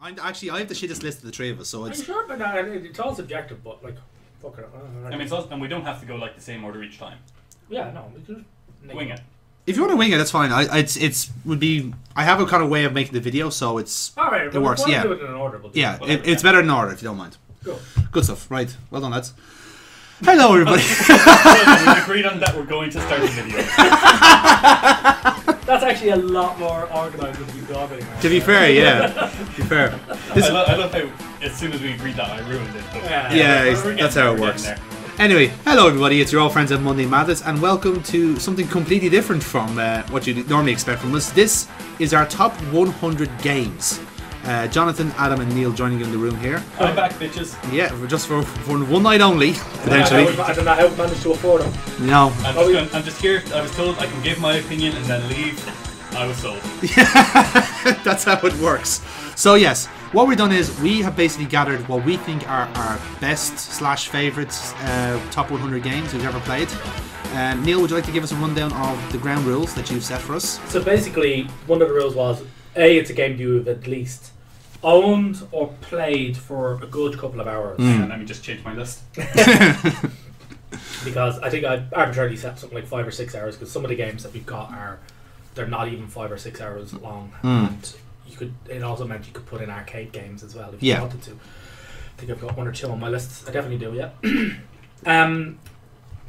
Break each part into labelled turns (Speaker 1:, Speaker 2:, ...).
Speaker 1: I'm actually I have the shittest list of the three of us, so
Speaker 2: I'm
Speaker 1: it's
Speaker 2: sure, but no, it's all subjective. But like, fuck it. I don't know.
Speaker 3: I mean, it's also, and we don't have to go like the same order each time.
Speaker 2: yeah, no, we could make
Speaker 3: Wing it.
Speaker 1: if you want to wing it, that's fine. I it's it's would be I have a kind of way of making the video, so it's
Speaker 2: All right,
Speaker 1: It works,
Speaker 2: We'll
Speaker 1: yeah.
Speaker 2: do it in an order. We'll do
Speaker 1: yeah,
Speaker 2: it.
Speaker 1: it,
Speaker 3: whatever,
Speaker 1: it's
Speaker 3: yeah.
Speaker 1: better than order if you don't mind.
Speaker 2: Cool.
Speaker 1: Good stuff. Right, well done, lads. Hello, everybody.
Speaker 3: we agreed on that. We're going to start the video.
Speaker 2: That's actually a lot more organized than you blogging.
Speaker 1: to be fair, yeah, to be fair.
Speaker 3: I, lo- I love how as soon as we agreed that, I ruined it. But
Speaker 2: Yeah.
Speaker 1: Yeah,
Speaker 3: we're
Speaker 1: it's-
Speaker 3: getting-
Speaker 1: that's how it
Speaker 3: we're
Speaker 1: works.
Speaker 3: getting
Speaker 1: Anyway, hello everybody. It's your old friends at Monday Madness, and welcome to something completely different from uh, what you normally expect from us. This is our top 100 games. Uh, Jonathan, Adam, and Neil joining in the room here.
Speaker 3: there. I'm back, bitches.
Speaker 1: Yeah, for- just for, for one night only, potentially.
Speaker 2: I don't know how we managed to afford them.
Speaker 1: No,
Speaker 3: I'm
Speaker 2: Oh,
Speaker 3: just,
Speaker 2: we-
Speaker 3: going, I'm just here. I was told I can give my opinion and then leave. I was sold.
Speaker 1: that's how it works. So yes, what we've done is we have basically gathered what we think are our best slash favorites uh, top 100 games we've ever played. Um, Neil, would you like to give us a rundown of the ground rules that you've set for us?
Speaker 2: So basically, one of the rules was A, it's a game you have at least owned or played for a good couple of hours.
Speaker 1: Mm.
Speaker 3: And let me just change my list.
Speaker 2: Because I think I arbitrarily set something like five or six hours because some of the games that we've got are, they're not even five or six hours long. And you could, it also meant you could put in arcade games as well if you
Speaker 1: Yeah.
Speaker 2: wanted to. I think I've got one or two on my list. I definitely do, yeah. um,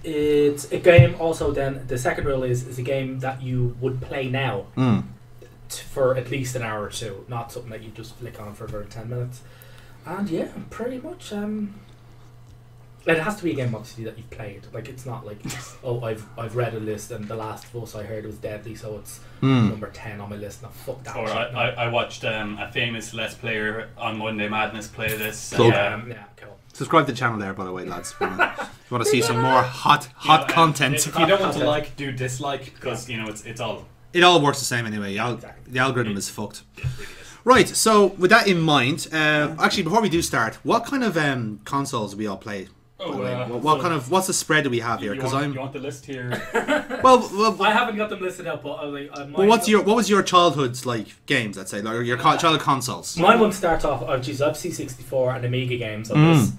Speaker 2: it's a game also then, the second rule is, is a game that you would play now.
Speaker 1: Mm.
Speaker 2: t- for at least an hour or two, not something that you just flick on for about ten minutes. And yeah, pretty much. Um, it has to be a game obviously that you've played. Like it's not like oh I've I've read a list and the last of us I heard was deadly, so it's
Speaker 1: Mm.
Speaker 2: number ten on my list. Now fuck that.
Speaker 3: Or
Speaker 2: shit,
Speaker 3: I,
Speaker 2: no.
Speaker 3: I, I watched um, a famous Let's Player on Monday Madness play this.
Speaker 1: Plug.
Speaker 3: Um,
Speaker 2: um, yeah, cool.
Speaker 1: Subscribe to the channel there, by the way, lads. If you wanna- if you want to see some more hot, hot
Speaker 3: you know,
Speaker 1: content.
Speaker 3: If you don't want to
Speaker 2: Content.
Speaker 3: like, do dislike because you know it's it's all.
Speaker 1: It all works the same anyway. The, al-
Speaker 2: Exactly.
Speaker 1: the algorithm is fucked.
Speaker 3: It really is.
Speaker 1: Right. So with that in mind, uh, actually, before we do start, what kind of um, consoles we all play? by
Speaker 3: Oh,
Speaker 1: the way?
Speaker 3: uh,
Speaker 1: what, what
Speaker 3: so-
Speaker 1: kind of what's the spread that we have here?
Speaker 3: you,
Speaker 1: Because
Speaker 3: want,
Speaker 1: I'm
Speaker 3: you want the list here?
Speaker 1: well, well,
Speaker 2: I haven't got them listed out, but I was like, I
Speaker 1: well, what's your what was your childhood's like games? I'd say like or your co- childhood consoles.
Speaker 2: My one starts off. Oh, geez, I've C sixty four and Amiga games on
Speaker 1: Mm.
Speaker 2: this,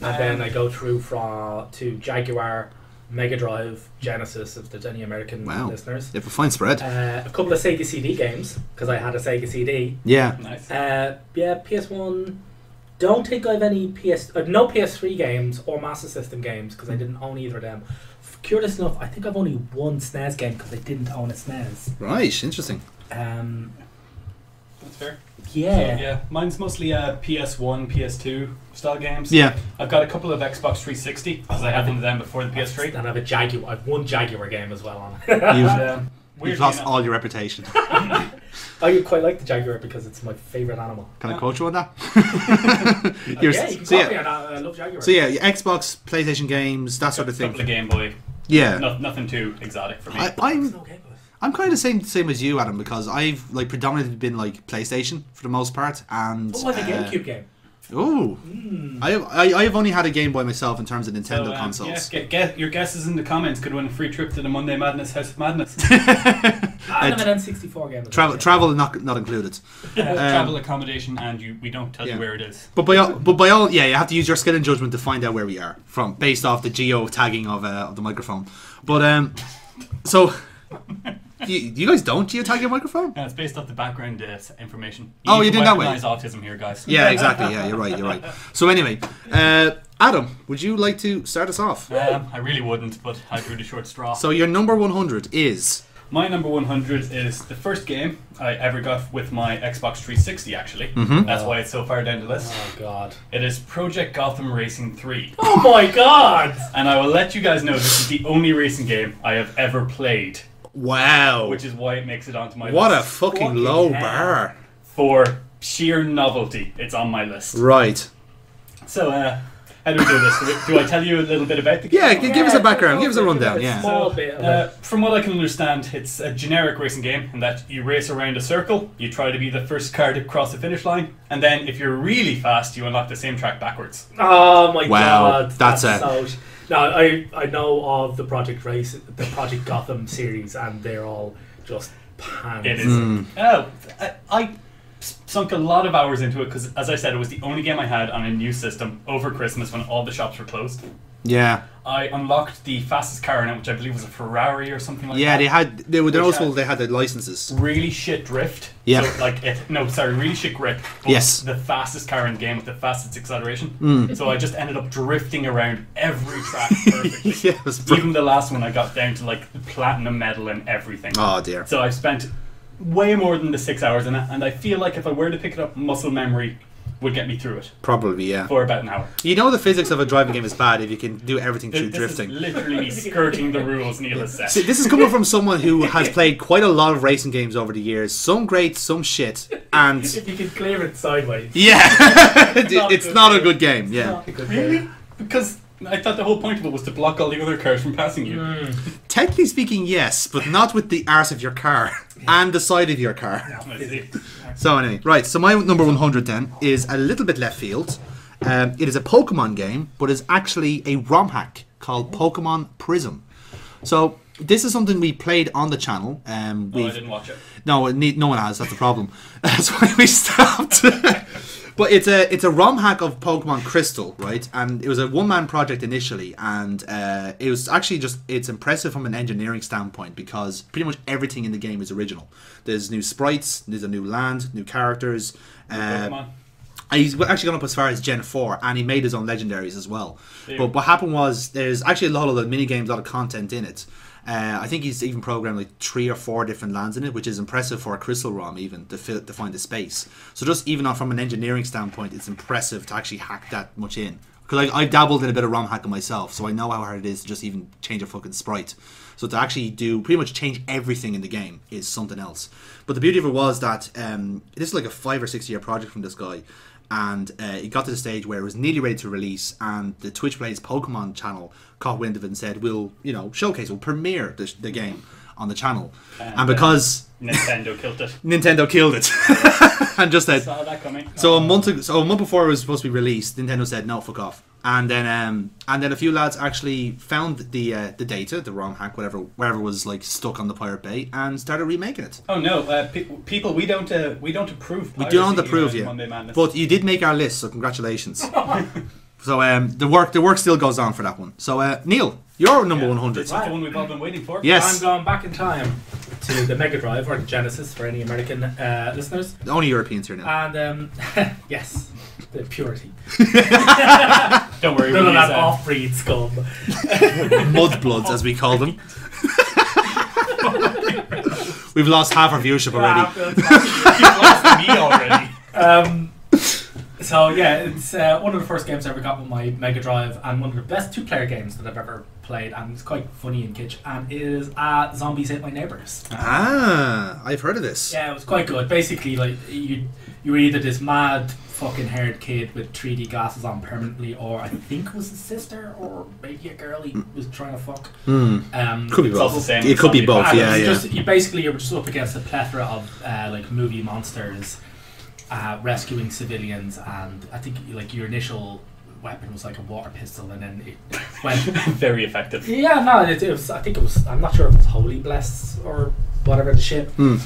Speaker 2: and then I go through from to Jaguar, Mega Drive, Genesis. If there's any American
Speaker 1: Wow.
Speaker 2: listeners,
Speaker 1: They have a fine spread.
Speaker 2: uh, a couple of Sega CD games because I had a Sega CD.
Speaker 1: Yeah.
Speaker 3: nice.
Speaker 2: Uh, yeah, PS One. Don't think I've any PS. Uh, no PS Three games or Master System games because I didn't own either of them. F- Curious enough, I think I've only one SNES game because I didn't own a SNES.
Speaker 1: Right. Interesting.
Speaker 2: Um,
Speaker 3: That's fair.
Speaker 2: yeah.
Speaker 3: So, yeah, mine's mostly uh, PS1, PS2 style games.
Speaker 1: Yeah.
Speaker 3: I've got a couple of Xbox 360 because I had one of them before the PS3.
Speaker 2: And I have a Jaguar. I've one Jaguar game as well on it.
Speaker 1: You've,
Speaker 3: Um,
Speaker 1: you've
Speaker 3: weirdly
Speaker 1: lost
Speaker 3: enough-
Speaker 1: all your reputation.
Speaker 2: I quite like the Jaguar because it's my favourite animal.
Speaker 1: Can I
Speaker 3: Uh,
Speaker 1: quote you on that?
Speaker 2: yeah,
Speaker 1: You're-
Speaker 2: you can
Speaker 1: so
Speaker 2: copy
Speaker 1: yeah.
Speaker 2: on that. uh, I love Jaguar.
Speaker 1: So yeah, your Xbox, PlayStation games, that sort of thing.
Speaker 3: Couple of Game Boy.
Speaker 1: Yeah.
Speaker 3: No, nothing too exotic for me.
Speaker 1: I,
Speaker 2: It's
Speaker 1: I'm
Speaker 2: okay, but-
Speaker 1: I'm kind of the same same as you, Adam, because I've like predominantly been like PlayStation for the most part, and
Speaker 2: Oh, like a
Speaker 1: uh,
Speaker 2: GameCube game.
Speaker 1: Ooh,
Speaker 2: Mm.
Speaker 1: I, I I've only had a Game Boy myself in terms of
Speaker 3: So,
Speaker 1: Nintendo
Speaker 3: um,
Speaker 1: consoles.
Speaker 3: Yeah, get, get your guesses in the comments. Could win a free trip to the Monday Madness House of Madness. Uh,
Speaker 2: Ah, and
Speaker 1: Uh,
Speaker 2: an N64 game. as well,
Speaker 1: Travel
Speaker 2: yeah.
Speaker 1: travel not not included,
Speaker 3: Travel accommodation, and you we don't tell
Speaker 1: Um, Yeah.
Speaker 3: you where it is.
Speaker 1: but by all, but by all yeah, you have to use your skill and judgment to find out where we are from based off the geo tagging of uh, of the microphone. But um, so. You, you guys don't geotag your microphone?
Speaker 3: And Uh, it's based off the background uh, s- information.
Speaker 1: Oh, you
Speaker 3: can
Speaker 1: did that way.
Speaker 3: weaponize autism here, guys.
Speaker 1: Yeah, exactly. Yeah, you're right. You're right. So anyway, uh, Adam, would you like to start us off?
Speaker 3: Um, I really wouldn't, but I drew the short straw.
Speaker 1: So your number 100 is
Speaker 3: My number 100 is the first game I ever got with my Xbox 360, actually.
Speaker 1: Mm-hmm.
Speaker 3: That's why it's so far down the list.
Speaker 2: Oh god.
Speaker 3: It is Project Gotham Racing 3.
Speaker 2: Oh my god!
Speaker 3: And I will let you guys know this is the only racing game I have ever played,
Speaker 1: Wow.
Speaker 3: which is why it makes it onto my
Speaker 1: what a
Speaker 3: list.
Speaker 1: fucking,
Speaker 2: Fucking
Speaker 1: low
Speaker 2: hell.
Speaker 1: bar.
Speaker 3: For sheer novelty, it's on my list.
Speaker 1: Right.
Speaker 3: So, uh, how do we do this? Do, we- do I tell you a little bit about the game?
Speaker 1: Yeah, g- give us a background. Give us a
Speaker 2: Yeah,
Speaker 1: rundown.
Speaker 2: it's
Speaker 1: Yeah.
Speaker 2: small.
Speaker 3: So,
Speaker 2: bit of
Speaker 3: uh, from what I can understand, it's a generic racing game in that you race around a circle, you try to be the first car to cross the finish line, and then if you're really fast, you unlock the same track backwards.
Speaker 2: Oh my
Speaker 1: Wow,
Speaker 2: god.
Speaker 1: that's a-
Speaker 2: so sh- no, I I know of the Project Race, the Project Gotham Mm. series, and they're all just pants.
Speaker 3: It is. Oh, I, I s- sunk a lot of hours into it because, as I said, it was the only game I had on a new system over Christmas when all the shops were closed.
Speaker 1: Yeah.
Speaker 3: I unlocked the fastest car in it, which I believe was a Ferrari or something like
Speaker 1: Yeah,
Speaker 3: that.
Speaker 1: they had they were they're
Speaker 3: Which,
Speaker 1: also
Speaker 3: uh,
Speaker 1: they had the licenses.
Speaker 3: really shit drift.
Speaker 1: Yeah.
Speaker 3: So, like it, no, sorry, really shit grip. but
Speaker 1: Yes. Mm.
Speaker 3: The fastest car in the game with the fastest acceleration. So I just ended up drifting around every track perfectly.
Speaker 1: yeah, it was br-
Speaker 3: Even the last one, I got down to like the platinum medal and everything.
Speaker 1: oh dear.
Speaker 3: So I've spent way more than the six hours in it, and I feel like if I were to pick it up, muscle memory would get me through it
Speaker 1: Probably yeah.
Speaker 3: for about an hour.
Speaker 1: You know the physics of a driving game is bad if you can do everything
Speaker 3: Th-
Speaker 1: through
Speaker 3: this
Speaker 1: drifting.
Speaker 3: is literally me skirting the rules Neil has set.
Speaker 1: See, this is coming from someone who has played quite a lot of racing games over the years. Some great, some shit, and
Speaker 2: If you could clear it sideways.
Speaker 1: yeah, it's,
Speaker 2: not
Speaker 1: not,
Speaker 2: a good
Speaker 1: a
Speaker 2: game.
Speaker 1: good game. Yeah,
Speaker 2: Not a good
Speaker 3: Oh, Really?
Speaker 2: game.
Speaker 3: Because I thought the whole point of it was to block all the other cars from passing
Speaker 2: Mm.
Speaker 3: you.
Speaker 1: technically speaking, yes, but not with the arse of your car and the side of your car.
Speaker 3: I see.
Speaker 1: So anyway, right. So my number one hundred then is a little bit left field. Um, it is a Pokemon game, but it's actually a ROM hack called Pokemon Prism. So this is something we played on the channel. Um,
Speaker 3: No, Oh, I
Speaker 1: we've-
Speaker 3: didn't watch it.
Speaker 1: No, it need, no one has. That's the problem. That's why we stopped. but it's a it's a ROM hack of Pokemon Crystal, right? And it was a one man project initially, and uh, it was actually just it's impressive from an engineering standpoint because pretty much everything in the game is original. There's new sprites, there's a new land, new characters. Uh,
Speaker 3: Pokemon.
Speaker 1: and he's actually gone up as far as Gen 4, and he made his own legendaries as well.
Speaker 3: Yeah.
Speaker 1: But what happened was there's actually a lot of the mini games, a lot of content in it. Uh, I think he's even programmed like three or four different lands in it, which is impressive for a crystal ROM even to fill, to find the space. So just even on, from an engineering standpoint, it's impressive to actually hack that much in. Because I, I've dabbled in a bit of ROM hacking myself, so I know how hard it is to just even change a fucking sprite. So to actually do pretty much change everything in the game is something else. But the beauty of it was that um, this is like a five or six year project from this guy, and uh, it got to the stage where it was nearly ready to release, and the Twitch Plays Pokemon channel caught wind of it and said, "We'll you know showcase, we'll premiere the, the game on the channel," and,
Speaker 3: uh,
Speaker 1: because
Speaker 3: Nintendo killed it.
Speaker 1: Nintendo killed it and just said,
Speaker 3: Saw that coming.
Speaker 1: uh, so um, a month ago, so a month before it was supposed to be released, Nintendo said no, fuck off. And then um, and then a few lads actually found the uh, the data, the ROM hack, whatever, wherever was like stuck on the Pirate Bay, and started remaking it.
Speaker 3: Oh no, uh, pe- people, we don't, uh, we don't approve.
Speaker 1: We do not
Speaker 3: piracy
Speaker 1: approve
Speaker 3: here
Speaker 1: you,
Speaker 3: at Monday Madness.
Speaker 1: but you did make our list, so congratulations. so um, the work the work still goes on for that one. So uh, Neil, you're number
Speaker 3: Yeah,
Speaker 1: one hundred.
Speaker 3: This is the one we've all been waiting for.
Speaker 1: Yes,
Speaker 2: I'm going back in time to the Mega Drive or the Genesis for any American uh, listeners.
Speaker 1: only Europeans here
Speaker 3: Ah.
Speaker 1: now.
Speaker 2: And um, yes, the purity.
Speaker 3: Don't worry.
Speaker 2: None
Speaker 3: we'll
Speaker 2: of
Speaker 3: use,
Speaker 2: that
Speaker 3: uh,
Speaker 2: off-breed scum.
Speaker 1: Mudbloods, as we call them. We've lost half our viewership already.
Speaker 3: You've lost me already.
Speaker 2: um, so yeah, it's uh, one of the first games I ever got with my Mega Drive, and one of the best two-player games that I've ever played, and it's quite funny and kitsch. And it is uh, Zombies Ate My Neighbors.
Speaker 1: Ah, I've heard of this.
Speaker 2: Yeah, it was quite good. Basically, like you, you were either this mad fucking haired kid with 3D glasses on permanently, or I think it was his sister, or maybe a girl he was trying to fuck.
Speaker 1: Hmm.
Speaker 2: Um,
Speaker 1: Could be
Speaker 3: It's all
Speaker 1: both.
Speaker 3: the same.
Speaker 1: It could be
Speaker 3: Zombie
Speaker 1: both.
Speaker 2: and
Speaker 3: apocalypse.
Speaker 1: Yeah,
Speaker 2: Ah, it's
Speaker 1: yeah.
Speaker 2: Just, you basically you're just up against a plethora of uh, like movie monsters uh, rescuing civilians, and I think like your initial weapon was like a water pistol, and then it went
Speaker 3: Very effective.
Speaker 2: yeah, no, it, it was. I think it was. I'm not sure if it was Holy Bless or whatever the shit.
Speaker 1: Hmm.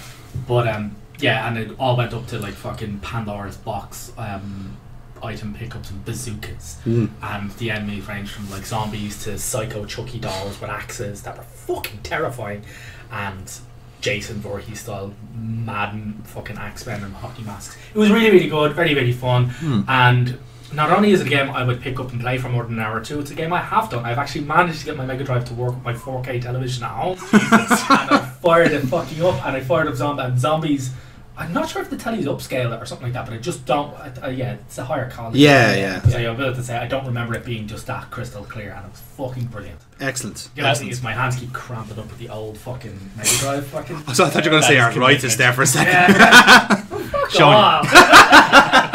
Speaker 2: But um, yeah, and it all went up to like fucking Pandora's box, um, item pickups and bazookas,
Speaker 1: Mm.
Speaker 2: and the enemy ranged from like zombies to psycho Chucky dolls with axes that were fucking terrifying, and Jason Voorhees style mad fucking axe men and hockey masks. It was really really good, very very fun,
Speaker 1: Hmm.
Speaker 2: and not only is it a game I would pick up and play for more than an hour or two, it's a game I have done. I've actually managed to get my Mega Drive to work with my 4K television at home. and I fired it fucking up, and I fired up zomb- and zombies. I'm not sure if the telly's upscale it or something like that, but I just don't. I, I, yeah, it's a higher quality.
Speaker 1: Yeah, yeah.
Speaker 2: So yeah, I'm about to say I don't remember it being just that crystal clear, and it was fucking brilliant.
Speaker 1: Excellent.
Speaker 2: The other thing is my hands keep cramping up with the old fucking Mega Drive fucking.
Speaker 1: So I thought you were going to say
Speaker 3: That is
Speaker 1: arthritis there for a second.
Speaker 2: Yeah,
Speaker 1: Sean.
Speaker 2: God.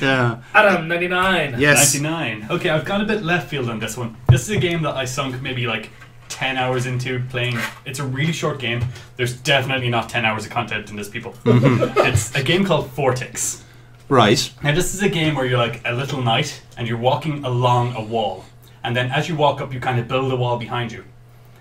Speaker 1: Yeah.
Speaker 2: Adam ninety nine.
Speaker 1: Yes.
Speaker 3: 99. Okay, I've gone a bit left field on this one. This is a game that I sunk maybe like 10 hours into playing. It's a really short game. There's definitely not 10 hours of content in this, people.
Speaker 1: Mm-hmm.
Speaker 3: it's a game called Vortex.
Speaker 1: Right.
Speaker 3: Now, this is a game where you're like a little knight and you're walking along a wall. And then as you walk up, you kind of build a wall behind you.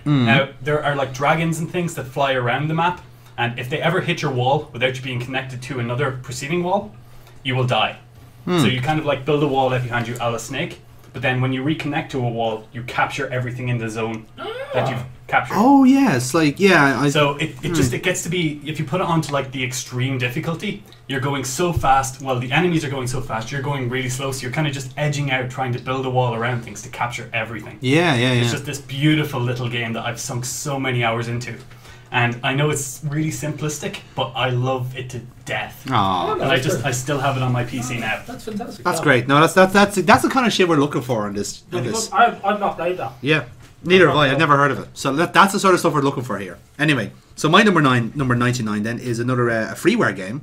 Speaker 3: Now, there are like dragons and things that fly around the map. and if they ever hit your wall without you being connected to another preceding wall, you will die. So you kind of like build a wall left behind you, a la snake. But then when you reconnect to a wall, you capture everything in the zone that you've captured.
Speaker 1: Oh yes, like yeah. I,
Speaker 3: So it, it just it gets to be if you put it onto like the extreme difficulty, you're going so fast. Well, the enemies are going so fast, you're going really slow. So you're kind of just edging out, trying to build a wall around things to capture everything.
Speaker 1: yeah, yeah, yeah.
Speaker 3: It's just this beautiful little game that I've sunk so many hours into, and I know it's really simplistic, but I love it to death.
Speaker 1: Aw.
Speaker 3: And I just I still have it on my PC now.
Speaker 2: That's fantastic.
Speaker 1: That's great. No, that's that's that's that's the kind of shit we're looking for in this. In this.
Speaker 2: I've, I've not played that.
Speaker 1: Yeah. Neither have I. I've never heard of it. So that, that's the sort of stuff we're looking for here. Anyway, so my number nine, number ninety-nine, then is another uh, a freeware game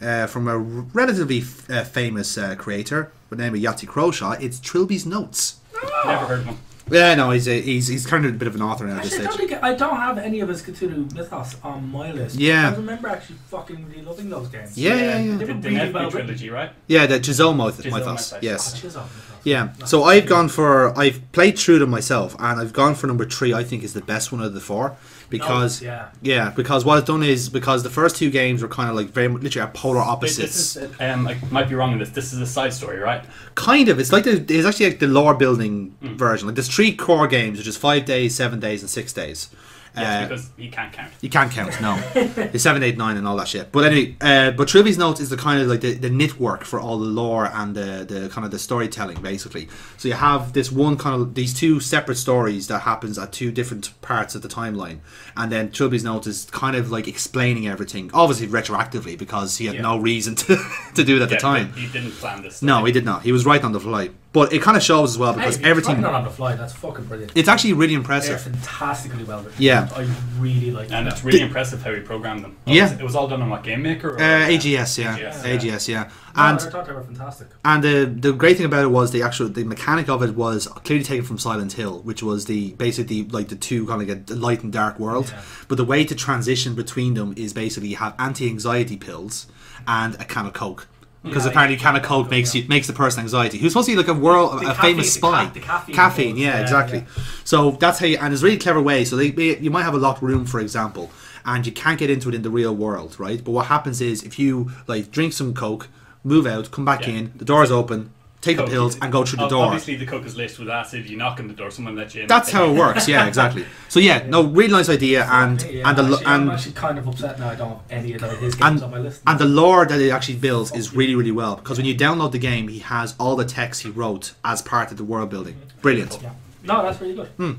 Speaker 1: uh, from a r- relatively f- uh, famous uh, creator by the name of Yahtzee Croshaw. It's Trilby's Notes.
Speaker 3: Never heard one.
Speaker 1: Yeah, no, he's a, he's he's kind of a bit of an author now at this
Speaker 2: Actually, I
Speaker 1: stage.
Speaker 2: don't, think, I don't have any of his Cthulhu mythos on my list.
Speaker 1: Yeah.
Speaker 2: I remember actually fucking really loving those games.
Speaker 1: Yeah, yeah, yeah.
Speaker 3: The, the
Speaker 2: Really
Speaker 3: Nedby
Speaker 2: well written.
Speaker 3: trilogy, right?
Speaker 1: Yeah, the Gizomo, th-
Speaker 3: Gizomo
Speaker 1: mythos.
Speaker 3: mythos.
Speaker 1: Yes.
Speaker 2: Oh, Cheers on mythos.
Speaker 1: Yeah. So I've gone for I've played through them myself, and I've gone for number three. I think is the best one of the four
Speaker 3: Oh,
Speaker 1: because
Speaker 2: No, yeah.
Speaker 1: yeah, because what I've done is because the first two games were kind of like very much literally are polar
Speaker 3: Wait,
Speaker 1: opposites.
Speaker 3: this is um, I might be wrong in this. This is a side story, right?
Speaker 1: kind of it's like the, there's actually like the lore building
Speaker 3: Hmm.
Speaker 1: version. Like there's three core games, which is five days, seven days, and six days.
Speaker 3: Yes,
Speaker 1: Uh,
Speaker 3: because you can't count.
Speaker 1: You can't count, no. it's seven, eight, nine, and all that shit. But anyway, uh, but Trivia's Notes is the kind of like the, the knitwork for all the lore and the, the kind of the storytelling, basically. So you have this one kind of these two separate stories that happens at two different parts of the timeline, and then Trivia's Notes is kind of like explaining everything, obviously retroactively because he had
Speaker 3: Yeah.
Speaker 1: no reason to, to do it at
Speaker 3: Yeah,
Speaker 1: the time.
Speaker 3: You didn't plan this.
Speaker 1: No, he did not. He was right on the fly. But it kind of shows as well
Speaker 2: Hey,
Speaker 1: because
Speaker 2: if you're
Speaker 1: everything.
Speaker 2: writing it on the fly. That's fucking brilliant.
Speaker 1: It's actually really
Speaker 2: They're
Speaker 1: impressive.
Speaker 2: fantastically well written.
Speaker 1: Yeah.
Speaker 2: I really like
Speaker 3: And
Speaker 2: that.
Speaker 3: it's really impressive how he programmed them. Oh,
Speaker 1: Uh, Yeah.
Speaker 3: was It it was all done on what game maker? Or
Speaker 1: Uh, AGS, yeah.
Speaker 3: AGS,
Speaker 1: AGS,
Speaker 3: yeah.
Speaker 1: yeah.
Speaker 2: No,
Speaker 1: And
Speaker 2: I thought they were fantastic.
Speaker 1: And the the great thing about it was the actual the mechanic of it was clearly taken from Silent Hill, which was the basically like the two kind of like the light and dark world.
Speaker 2: Yeah.
Speaker 1: But the way to transition between them is basically you have anti anxiety pills and a can of coke. Because
Speaker 2: Yeah,
Speaker 1: apparently, a can of coke makes you makes the person anxiety. Who's supposed to be like a world,
Speaker 2: The
Speaker 1: a famous
Speaker 2: caffeine- the
Speaker 1: spy?
Speaker 2: ca- the caffeine pills,
Speaker 1: yeah,
Speaker 2: yeah,
Speaker 1: exactly. So that's how, you, and it's a really clever way. So they, they, you might have a locked room, for example, and you can't get into it in the real world, right? But what happens is if you like drink some coke, move out, come back
Speaker 3: Yeah.
Speaker 1: in, the door's open, take
Speaker 3: Coke.
Speaker 1: the pills, and go through the
Speaker 3: Ob-
Speaker 1: door.
Speaker 3: Obviously, the cook is laced with acid. You knock on the door, someone lets you in.
Speaker 1: That's how it works. Yeah, exactly. So yeah, no, really nice idea, and
Speaker 2: Hey,
Speaker 1: and the
Speaker 2: I'm
Speaker 1: lo-
Speaker 2: actually, I'm
Speaker 1: and
Speaker 2: actually kind of upset now I don't have any of his games
Speaker 1: And-
Speaker 2: on my list.
Speaker 1: and the lore that it actually builds is really really well because when you download the game, he has all the text he wrote as part of the world building.
Speaker 2: Mm-hmm.
Speaker 1: Brilliant,
Speaker 2: yeah. No, that's really good.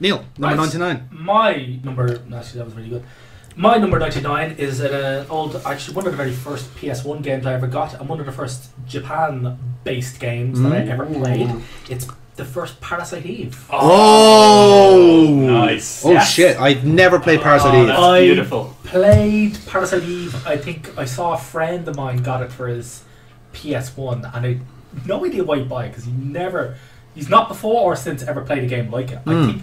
Speaker 1: Neil, number
Speaker 2: Nice.
Speaker 1: ninety nine.
Speaker 2: My number, actually, that was really good. My number 99 is an uh, old, actually, one of the very first PS1 games I ever got, and one of the first Japan based games that I ever played. It's the first Parasite Eve.
Speaker 1: Oh,
Speaker 3: nice.
Speaker 1: Oh
Speaker 2: Yes.
Speaker 1: shit! I've never played Parasite
Speaker 3: Oh,
Speaker 1: Eve.
Speaker 3: that's
Speaker 2: I-
Speaker 3: beautiful.
Speaker 2: Played Parasite Eve, I think I saw a friend of mine got it for his PS1, and I no idea why he bought it, because he never, he's not before or since ever played a game like it.
Speaker 1: Hmm.
Speaker 2: I think.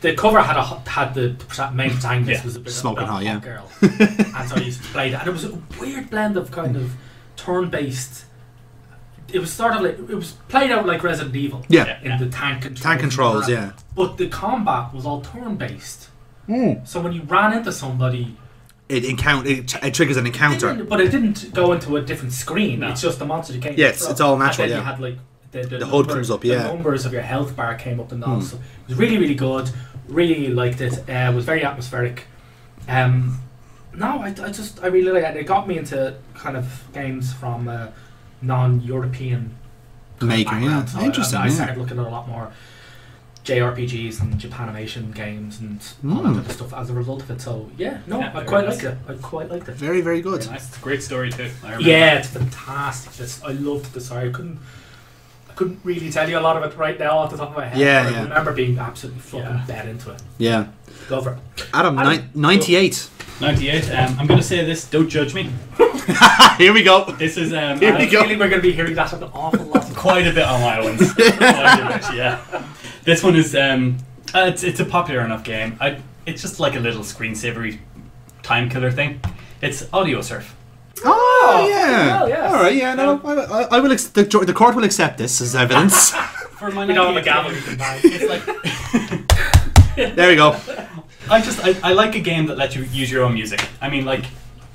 Speaker 2: The cover had a hot- had the main protagonist
Speaker 3: Yeah.
Speaker 2: was a bit
Speaker 1: Smoking
Speaker 2: of a
Speaker 1: hot, yeah.
Speaker 2: girl, and so I used to play that. And it was a weird blend of kind of turn based. It was sort of like it was played out like Resident Evil.
Speaker 1: Yeah.
Speaker 2: in the tank controls.
Speaker 1: Tank controls, yeah. Hmm.
Speaker 2: But the combat was all turn based. So when you ran into somebody,
Speaker 1: It encounter it, it triggers an encounter.
Speaker 2: but it didn't go into a different screen.
Speaker 3: No.
Speaker 2: It's just the monster that came.
Speaker 1: Yeah, it's-
Speaker 2: through.
Speaker 1: it's all natural,
Speaker 2: And then
Speaker 1: yeah.
Speaker 2: you had like the, the,
Speaker 1: The HUD
Speaker 2: number-
Speaker 1: comes up,
Speaker 2: the
Speaker 1: yeah. Hmm.
Speaker 2: numbers of your health bar came up and all. So it was really, really good. Really liked it. Uh, it was very atmospheric. Um, no, I, I just I really like it. It got me into kind of games from uh, non-European
Speaker 1: Maker, yeah.
Speaker 2: background. So I-
Speaker 1: Interesting.
Speaker 2: I, I
Speaker 1: yeah.
Speaker 2: started looking at a lot more JRPGs and Japanimation games and all
Speaker 1: Mm.
Speaker 2: that kind of stuff as a result of it. So yeah, no,
Speaker 3: Yeah,
Speaker 2: I
Speaker 3: very
Speaker 2: quite
Speaker 3: nice.
Speaker 2: liked it. I quite liked it.
Speaker 1: Very, very good.
Speaker 3: Very nice. It's a great story too. I remember.
Speaker 2: Yeah, it's fantastic. Just I loved the story. I couldn't, I couldn't really tell you a lot of it right now off the top of my head.
Speaker 1: Yeah,
Speaker 2: but
Speaker 1: yeah.
Speaker 2: I remember being absolutely fucking
Speaker 3: Yeah.
Speaker 2: bad into it.
Speaker 1: Yeah.
Speaker 2: Go for it.
Speaker 1: Adam,
Speaker 2: Adam.
Speaker 1: ni- 98.
Speaker 3: 98. Um, I'm going to say this. Don't judge me.
Speaker 1: Here we go.
Speaker 3: This is um,
Speaker 1: Here
Speaker 2: I
Speaker 1: we
Speaker 2: have
Speaker 1: go.
Speaker 2: a feeling we're going to be hearing that an awful lot.
Speaker 3: quite a bit on my ones. Quite a bit, yeah. This one is um, uh, it's it's a popular enough game. I it's just like a little screensavery time killer thing. It's audio surf.
Speaker 1: Oh,
Speaker 2: Oh,
Speaker 1: yeah.
Speaker 2: well, yes.
Speaker 1: All right, yeah. No, I, I, I will. Ex- the, jo- the court will accept this as evidence.
Speaker 3: For my
Speaker 2: We don't have a
Speaker 3: 98
Speaker 2: gavel.
Speaker 3: game,
Speaker 2: you can buy.
Speaker 3: It's like
Speaker 1: there we go.
Speaker 3: I just I, I like a game that lets you use your own music. I mean, like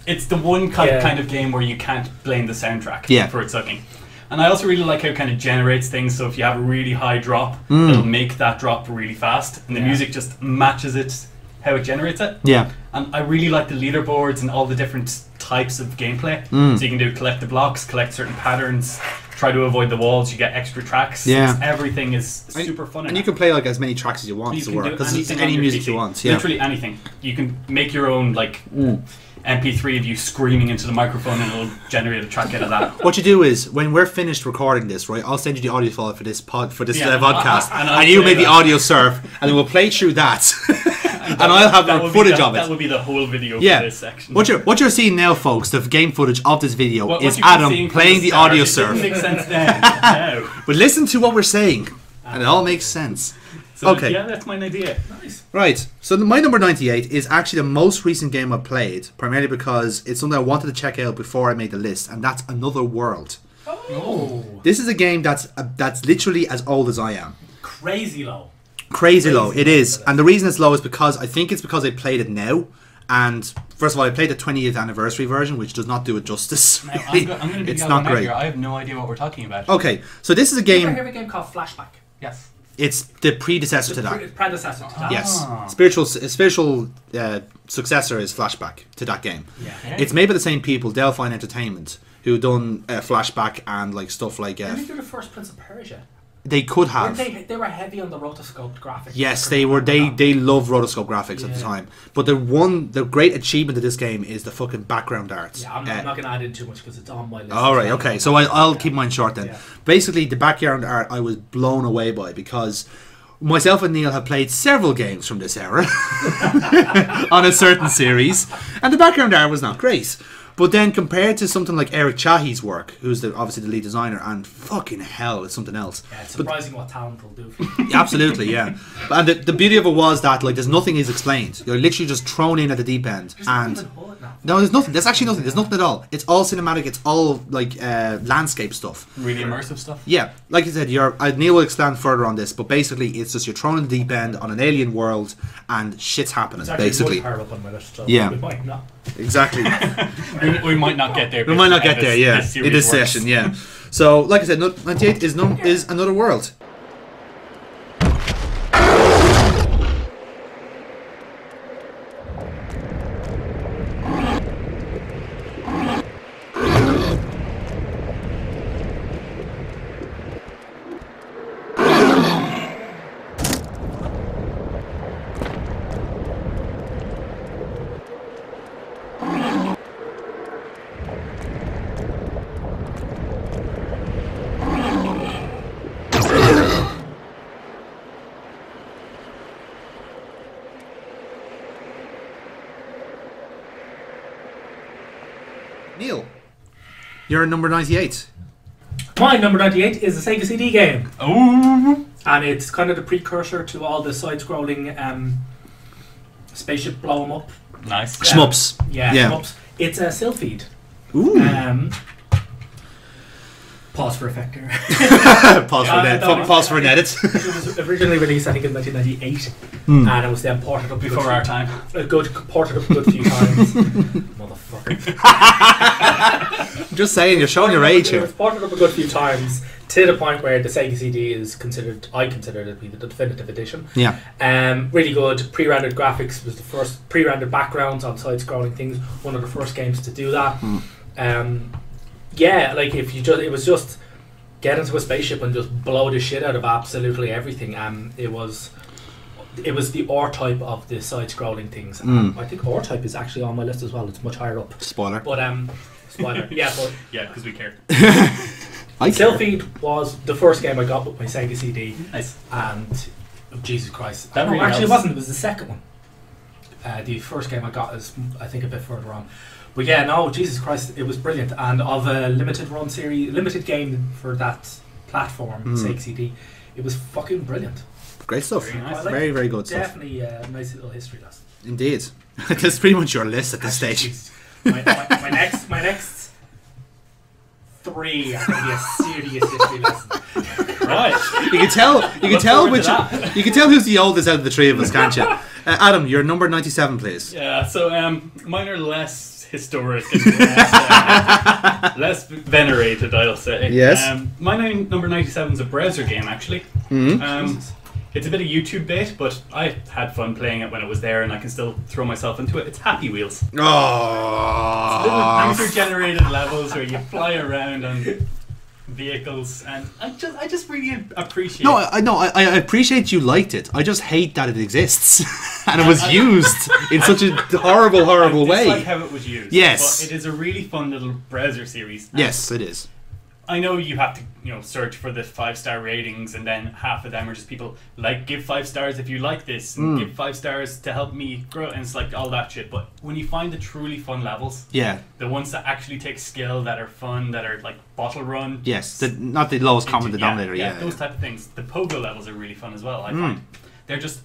Speaker 3: it's the one kind,
Speaker 2: Yeah.
Speaker 3: kind of game where you can't blame the soundtrack
Speaker 1: Yeah.
Speaker 3: for it sucking. And I also really like how it kind of generates things. So if you have a really high drop, it'll make that drop really fast, and the
Speaker 2: Yeah.
Speaker 3: music just matches it how it generates it.
Speaker 1: Yeah.
Speaker 3: And Um, I really like the leaderboards and all the different types of gameplay.
Speaker 1: Mm.
Speaker 3: So you can do collect the blocks, collect certain patterns, try to avoid the walls. You get extra tracks.
Speaker 1: Yeah.
Speaker 3: It's- everything is super fun. in
Speaker 1: And you
Speaker 3: that.
Speaker 1: can play like as many tracks as you want
Speaker 3: You
Speaker 1: to
Speaker 3: can
Speaker 1: work
Speaker 3: do
Speaker 1: because it's
Speaker 3: anything on
Speaker 1: any
Speaker 3: your
Speaker 1: music
Speaker 3: PC.
Speaker 1: you want. Yeah.
Speaker 3: Literally anything. You can make your own like
Speaker 1: Mm.
Speaker 3: MP3 of you screaming into the microphone, and it'll generate a track out of that.
Speaker 1: What you do is when we're finished recording this, right? I'll send you the audio file for this pod for this
Speaker 3: Yeah,
Speaker 1: uh,
Speaker 3: and I-
Speaker 1: podcast, and,
Speaker 3: and I'll
Speaker 1: you
Speaker 3: play
Speaker 1: make the
Speaker 3: that.
Speaker 1: audio surf, and then we'll play through that, and I'll have
Speaker 3: That
Speaker 1: like,
Speaker 3: would be
Speaker 1: footage
Speaker 3: the-
Speaker 1: of it.
Speaker 3: That would be the whole video
Speaker 1: yeah.
Speaker 3: for this section.
Speaker 1: What you're what you're seeing now, folks, the game footage of this video
Speaker 3: What- what
Speaker 1: is
Speaker 3: you can see
Speaker 1: Adam
Speaker 3: from
Speaker 1: playing the,
Speaker 3: start,
Speaker 1: audio
Speaker 3: it
Speaker 1: surf.
Speaker 3: Didn't make sense then. now.
Speaker 1: But listen to what we're saying, and it all makes sense.
Speaker 3: So,
Speaker 1: Okay.
Speaker 3: Yeah, that's my idea.
Speaker 2: Nice.
Speaker 1: Right. So my number 98 is actually the most recent game I played, primarily because it's something I wanted to check out before I made the list, and that's Another World.
Speaker 2: Oh,
Speaker 1: This is a game that's uh, that's literally as old as I am.
Speaker 2: crazy low.
Speaker 1: Crazy low,
Speaker 2: Crazy
Speaker 1: it
Speaker 2: low
Speaker 1: is.
Speaker 2: for that.
Speaker 1: And the reason it's low is because I think it's because I played it now. And first of all, I played the 20th anniversary version, which does not do it justice.
Speaker 3: Now, I'm,
Speaker 1: really.
Speaker 3: go- I'm going to be
Speaker 1: it's
Speaker 3: the
Speaker 1: not
Speaker 3: odd man out
Speaker 1: great. Oh.
Speaker 3: Here. I have no idea what we're talking about.
Speaker 1: Okay, so this is a
Speaker 2: Game. I hear
Speaker 1: game.
Speaker 2: of a game called Flashback.
Speaker 3: Yes.
Speaker 1: It's the predecessor to that.
Speaker 2: Pre- predecessor to that.
Speaker 1: Yes,
Speaker 3: Ah.
Speaker 1: spiritual spiritual uh, successor is Flashback to that game.
Speaker 2: Yeah.
Speaker 1: It's made by the same people, Delphine Entertainment, who done uh, Flashback and like stuff like uh,
Speaker 2: Did they do the first Prince of Persia?
Speaker 1: they could have.
Speaker 2: Weren't They, they were heavy on the rotoscoped graphics.
Speaker 1: Yes, they were. They they love rotoscope graphics at the
Speaker 2: Yeah.
Speaker 1: time. But the one, the great achievement of this game is the fucking background art.
Speaker 2: Yeah, I'm,
Speaker 1: Uh,
Speaker 2: not I'm not going to add in too much because it's on my list.
Speaker 1: All right, okay. So I, I'll keep mine short then.
Speaker 2: Yeah.
Speaker 1: Basically, the backyard art I was blown away by because myself and Neil have played several games from this era on a certain series, and the background art was not great. But then compared to something like Eric Chahi's work, who's the, obviously the lead designer, and fucking hell, it's something else.
Speaker 2: Yeah, it's
Speaker 1: But
Speaker 2: surprising what talent will do for you.
Speaker 1: absolutely, yeah. And the, the beauty of it was that like there's nothing is explained. You're literally just thrown in at the deep end,
Speaker 2: There's
Speaker 1: and
Speaker 2: nothing but now.
Speaker 1: no, there's nothing. There's actually nothing. There's nothing at all. It's all cinematic. It's all like uh, landscape stuff.
Speaker 3: Really immersive stuff.
Speaker 1: Yeah, like you said, you're. I, Neil will expand further on this, but basically, it's just you're thrown in the deep end on an alien world, and shit's happening.
Speaker 2: It's actually
Speaker 1: Basically,
Speaker 2: one power up on my list, so
Speaker 1: Yeah.
Speaker 2: we might not.
Speaker 1: exactly.
Speaker 3: We, we might not get there.
Speaker 1: we might not
Speaker 3: because
Speaker 1: get there.
Speaker 3: this-
Speaker 1: Yeah,
Speaker 3: series
Speaker 1: in this
Speaker 3: works.
Speaker 1: session. Yeah. So, like I said, no- 98 is num- is another world. Neil, you're number 98.
Speaker 2: My number 98 is a Sega CD game,
Speaker 3: Ooh.
Speaker 2: and it's kind of the precursor to all the side scrolling um, spaceship blow 'em up.
Speaker 3: Nice.
Speaker 1: Schmups.
Speaker 2: Yeah,
Speaker 1: Yeah.
Speaker 2: shmups. It's a Sylphid.
Speaker 1: Ooh.
Speaker 2: Um, pause for effect here.
Speaker 1: pause for
Speaker 2: uh,
Speaker 1: an,
Speaker 2: that
Speaker 1: fa-
Speaker 2: was-
Speaker 1: pause for an edit.
Speaker 2: It was originally released, I think, in 1998,
Speaker 1: Hmm.
Speaker 2: and it was then ported up a good
Speaker 3: Before
Speaker 2: few-
Speaker 3: our time.
Speaker 2: A good ported up a good few times. Motherfucker.
Speaker 1: just saying, you're showing your age
Speaker 2: It
Speaker 1: here.
Speaker 2: was ported up a good few times to the point where the Sega CD is considered, I consider it to be the definitive edition.
Speaker 1: Yeah.
Speaker 2: Um, really good pre-rendered graphics was the first pre-rendered backgrounds on side-scrolling things. One of the first games to do that. Um, yeah, like if you just it was just get into a spaceship and just blow the shit out of absolutely everything. Um, it was it was the R type of the side-scrolling things. Um, I think R type is actually on my list as well. It's much higher up.
Speaker 1: Spoiler.
Speaker 2: But um, spoiler, yeah. But
Speaker 3: Yeah, because we care.
Speaker 1: I
Speaker 2: Selfie was the first game I got with my Sega CD
Speaker 3: Nice.
Speaker 2: and oh, Jesus Christ,
Speaker 3: That
Speaker 2: no,
Speaker 3: really
Speaker 2: actually it
Speaker 3: helps.
Speaker 2: wasn't. It was the second one. Uh, the first game I got is, I think, a bit further on. But yeah, no, Jesus Christ, it was brilliant, and of a limited run series, limited game for that platform,
Speaker 1: Hmm.
Speaker 2: Sega CD, it was fucking brilliant.
Speaker 1: Great stuff.
Speaker 3: Very nice.
Speaker 2: I like
Speaker 1: Very, very good stuff.
Speaker 2: Definitely uh, a nice little history lesson.
Speaker 1: Indeed. That's pretty much your list at this
Speaker 2: Actually,
Speaker 1: stage.
Speaker 2: Jesus. My, my, my next, my next three, I'm gonna be a serious history lesson.
Speaker 3: Right.
Speaker 1: You can tell. You can
Speaker 3: Look
Speaker 1: tell
Speaker 3: forward
Speaker 1: which.
Speaker 3: to
Speaker 1: You can tell who's the oldest out of the three of us, can't you? Uh, Adam, you're number ninety-seven, please.
Speaker 3: Yeah, so um, mine are less historic and less, uh, less venerated, I'll say.
Speaker 1: Yes.
Speaker 3: Um, my nine, number 97 is a browser game, actually.
Speaker 1: Hmm.
Speaker 3: Um, it's a bit of YouTube bait, but I had fun playing it when it was there, and I can still throw myself into it. It's Happy Wheels.
Speaker 1: Oh. Ah.
Speaker 3: Little user-generated levels where you fly around on vehicles, and I just, I just really appreciate
Speaker 1: No, I I- no, I, I appreciate you liked it. I just hate that it exists, and it was used in such a horrible, horrible
Speaker 3: I dislike
Speaker 1: way.
Speaker 3: how it was used.
Speaker 1: Yes.
Speaker 3: But it is a really fun little browser series. and
Speaker 1: Yes, it is.
Speaker 3: I know you have to, you know, search for the five star ratings, and then half of them are just people like give five stars if you like this,
Speaker 1: Mm.
Speaker 3: and give five stars to help me grow, and it's like all that shit. But when you find the truly fun levels,
Speaker 1: Yeah.
Speaker 3: the ones that actually take skill, that are fun, that are like bottle run,
Speaker 1: Yes. The, not the lowest common
Speaker 3: yeah,
Speaker 1: denominator.
Speaker 3: yeah,
Speaker 1: Yeah. Hmm.
Speaker 3: those type of things. The pogo levels are really fun as well. I find they're just,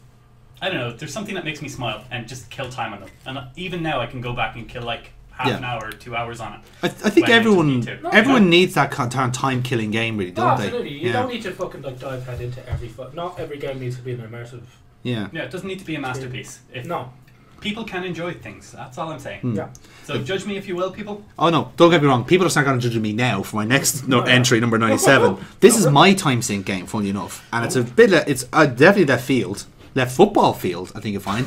Speaker 3: I don't know, there's something that makes me smile and just kill time on them. And even now, I can go back and kill like half
Speaker 1: Yeah.
Speaker 3: an hour, two hours on it.
Speaker 1: I, I think
Speaker 3: Well, it's
Speaker 1: everyone
Speaker 3: me too. No,
Speaker 1: everyone
Speaker 3: no.
Speaker 1: needs that kind of time-killing game, really,
Speaker 2: No,
Speaker 1: don't
Speaker 3: Oh,
Speaker 1: they?
Speaker 2: absolutely. You
Speaker 1: yeah.
Speaker 2: don't need to fucking like dive head into every. Fu- not every game needs to be an immersive.
Speaker 1: yeah.
Speaker 3: Yeah, it doesn't need to be a masterpiece. If
Speaker 2: No.
Speaker 3: people can enjoy things. That's all I'm saying.
Speaker 1: Hmm.
Speaker 2: Yeah.
Speaker 3: So judge me if you will, people.
Speaker 1: Oh no, don't get me wrong. People are not going to judge me now for my next no-
Speaker 3: Oh,
Speaker 2: No.
Speaker 1: entry, number ninety-seven. This is my time sync game, funnily enough, and it's a bit. Le- it's uh, definitely left field, left football field. I think you find.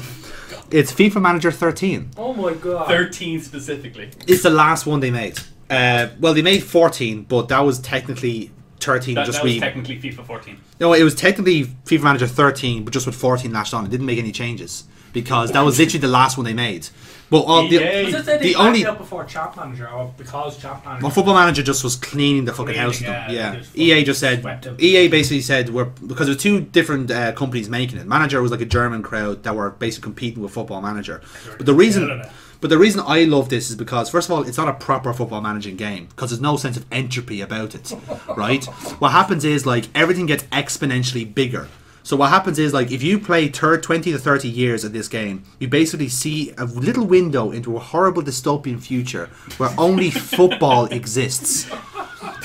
Speaker 1: It's FIFA Manager thirteen.
Speaker 2: Oh my god.
Speaker 3: Thirteen specifically.
Speaker 1: It's the last one they made. Uh, well, they made fourteen, but that was technically thirteen.
Speaker 3: That,
Speaker 1: just
Speaker 3: that was
Speaker 1: re-
Speaker 3: technically FIFA 14.
Speaker 1: No, it was technically FIFA Manager 13, but just with 14 lashed on. It didn't make any changes because that was literally the last one they made. But all
Speaker 3: EA.
Speaker 1: the,
Speaker 2: Was it that they
Speaker 1: the only
Speaker 2: backed up before Champ Manager or because Champ Manager?
Speaker 1: well, Football Manager just was cleaning the fucking
Speaker 3: Cleaning,
Speaker 1: house. Yeah,
Speaker 3: yeah,
Speaker 1: yeah.
Speaker 3: just fucking
Speaker 1: EA just said
Speaker 3: swept up.
Speaker 1: EA basically said we're because there were two different uh, companies making it. Manager was like a German crowd that were basically competing with Football Manager. But the reason.
Speaker 3: no, no.
Speaker 1: But the reason I love this is because, first of all, it's not a proper football managing game because there's no sense of entropy about it, right? what happens is like everything gets exponentially bigger. So what happens is like if you play thir- 20 to 30 years of this game, you basically see a little window into a horrible dystopian future where only football exists.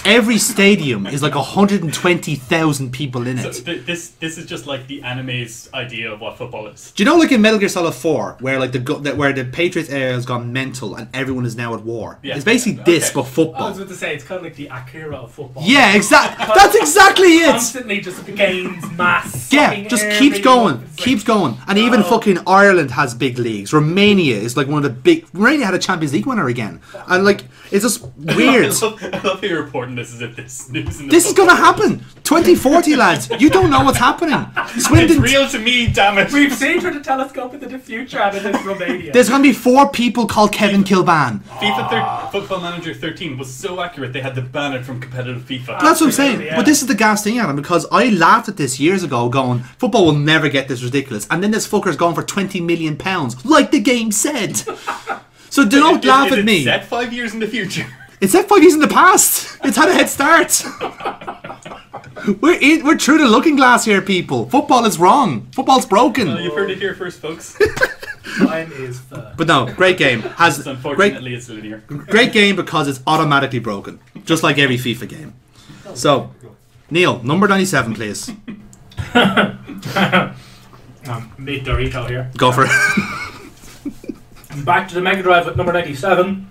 Speaker 1: Every stadium is like 120,000 people in
Speaker 3: So
Speaker 1: it.
Speaker 3: th- this this is just like the anime's idea of what football is.
Speaker 1: Do you know, like in Metal Gear Solid Four, where like the go- that where the Patriots area has gone mental and everyone is now at war?
Speaker 3: Yeah.
Speaker 1: It's basically
Speaker 3: Yeah.
Speaker 1: this
Speaker 3: Okay.
Speaker 1: but
Speaker 2: I
Speaker 1: football.
Speaker 2: was about to say it's kind of like the Akira of football.
Speaker 1: yeah, exactly. That's exactly it.
Speaker 2: Constantly just gains mass.
Speaker 1: Yeah,
Speaker 2: sucking
Speaker 1: just
Speaker 2: air
Speaker 1: keeps
Speaker 2: in.
Speaker 1: going,
Speaker 2: It's like-
Speaker 1: keeps going, and even fucking Ireland has big leagues. Romania is like one of the big. Romania had a Champions League winner again, and like it's just weird.
Speaker 3: I love, I love how you're reporting this as if this news. In the
Speaker 1: This is gonna happen. 2040, lads. You don't know what's happening.
Speaker 3: It's
Speaker 1: Swindon.
Speaker 3: real to me, damn it.
Speaker 2: We've seen through the telescope into the future out of this Romania.
Speaker 1: There's gonna be four people called Kevin Kilban.
Speaker 3: FIFA thir- Football Manager 13 was so accurate they had to ban it from competitive FIFA.
Speaker 1: That's what I'm saying.
Speaker 2: Absolutely, yeah.
Speaker 1: But this is the gas thing, Adam, because I laughed at this years ago, going, football will never get this ridiculous. And then this fucker's gone for 20 million pounds, like the game said. So do not
Speaker 3: Is-
Speaker 1: laugh
Speaker 3: is
Speaker 1: at
Speaker 3: it
Speaker 1: me.
Speaker 3: Set five years in the future.
Speaker 1: It's set five years in the past. It's had a head start. we're in, we're through the looking glass here, people. Football is wrong. Football's broken.
Speaker 3: You've heard it here first, folks.
Speaker 2: Time is the.
Speaker 1: but no, great game. Has great
Speaker 3: Unfortunately, it's linear.
Speaker 1: great game because it's automatically broken, just like every FIFA game. So, Neil, number ninety-seven, please.
Speaker 2: Um, mid Dorito here.
Speaker 1: Go for it.
Speaker 2: And back to the Mega Drive at number 97.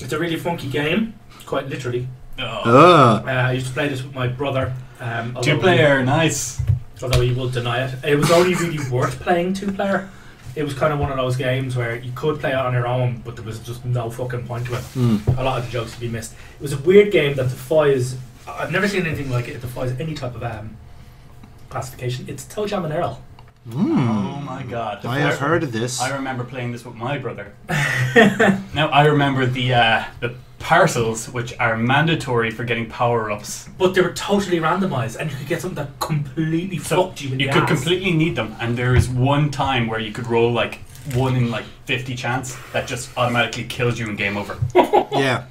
Speaker 2: It's a really funky game, quite literally.
Speaker 3: Oh.
Speaker 1: Ah.
Speaker 2: Uh, I used to play this with my brother. Um,
Speaker 3: Two
Speaker 2: although
Speaker 3: player, nice.
Speaker 2: He, although he will deny it. It was only really worth playing two player. It was kind of one of those games where you could play it on your own, but there was just no fucking point to it. A lot of the jokes would be missed. It was a weird game that defies. I've never seen anything like it. It defies any type of um, classification. It's Toe Jam and Earl.
Speaker 3: Oh my god.
Speaker 1: I have heard of this.
Speaker 3: I remember playing this with my brother. now I remember the uh, the parcels which are mandatory for getting power ups.
Speaker 2: But they were totally randomized, and you could get something that completely fucked you in
Speaker 3: you
Speaker 2: the
Speaker 3: could
Speaker 2: ass.
Speaker 3: completely need them, and there is one time where you could roll like one in like fifty chance that just automatically kills you in game over.
Speaker 1: Yeah.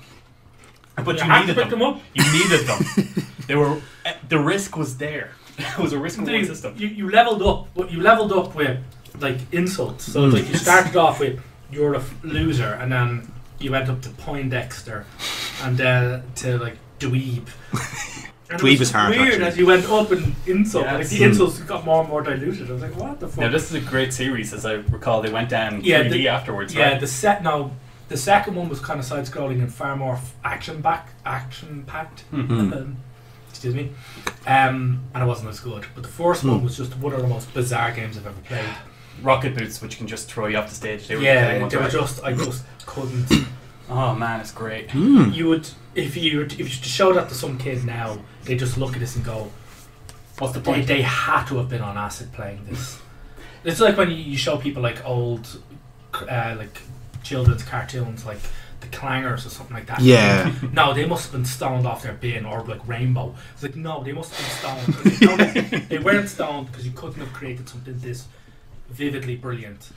Speaker 3: But
Speaker 2: You
Speaker 3: you
Speaker 2: had to
Speaker 3: needed
Speaker 2: pick
Speaker 3: them.
Speaker 2: them up.
Speaker 3: You needed them. they were eh, the risk was there. it was a risk and reward system.
Speaker 2: You, you leveled up, but you leveled up with like insults. So like
Speaker 1: Mm.
Speaker 2: you started off with you're a f- loser, and then you went up uh, to Poindexter, and then to like dweeb. And it
Speaker 1: Dweeb
Speaker 2: was
Speaker 1: is hard,
Speaker 2: Weird
Speaker 1: actually.
Speaker 2: as you went up in insult, like
Speaker 3: Yes.
Speaker 2: the
Speaker 3: Mm.
Speaker 2: insults got more and more diluted. I was like, what the fuck?
Speaker 3: Now this is a great series, as I recall. They went down
Speaker 2: Yeah,
Speaker 3: 3D
Speaker 2: the-
Speaker 3: afterwards,
Speaker 2: yeah,
Speaker 3: right?
Speaker 2: the set now. The second one was kind of side scrolling and far more action back, action packed.
Speaker 1: Mm.
Speaker 3: Mhm.
Speaker 1: Hmm.
Speaker 2: Um, excuse me. Um, and it wasn't as good. But the first
Speaker 1: Mm.
Speaker 2: one was just one of the most bizarre games I've ever played.
Speaker 3: rocket boots, which can just throw you off the stage. They were
Speaker 2: yeah,
Speaker 3: the
Speaker 2: they
Speaker 3: killing
Speaker 2: were
Speaker 3: ones, right?
Speaker 2: just I just couldn't.
Speaker 3: Oh man, it's great.
Speaker 1: Hmm.
Speaker 2: You would if you were to- if you showed that to some kid now, they just look at this and go,
Speaker 3: What's the
Speaker 2: they,
Speaker 3: point?
Speaker 2: they had to have been on acid playing this. It's like when you, you show people like old, uh, like children's cartoons, like the Clangers or something like that.
Speaker 1: Yeah.
Speaker 2: No, they must have been stoned off their bin or like Rainbow. It's like no, they must have been stoned. No, they, they weren't stoned because you couldn't have created something this vividly brilliant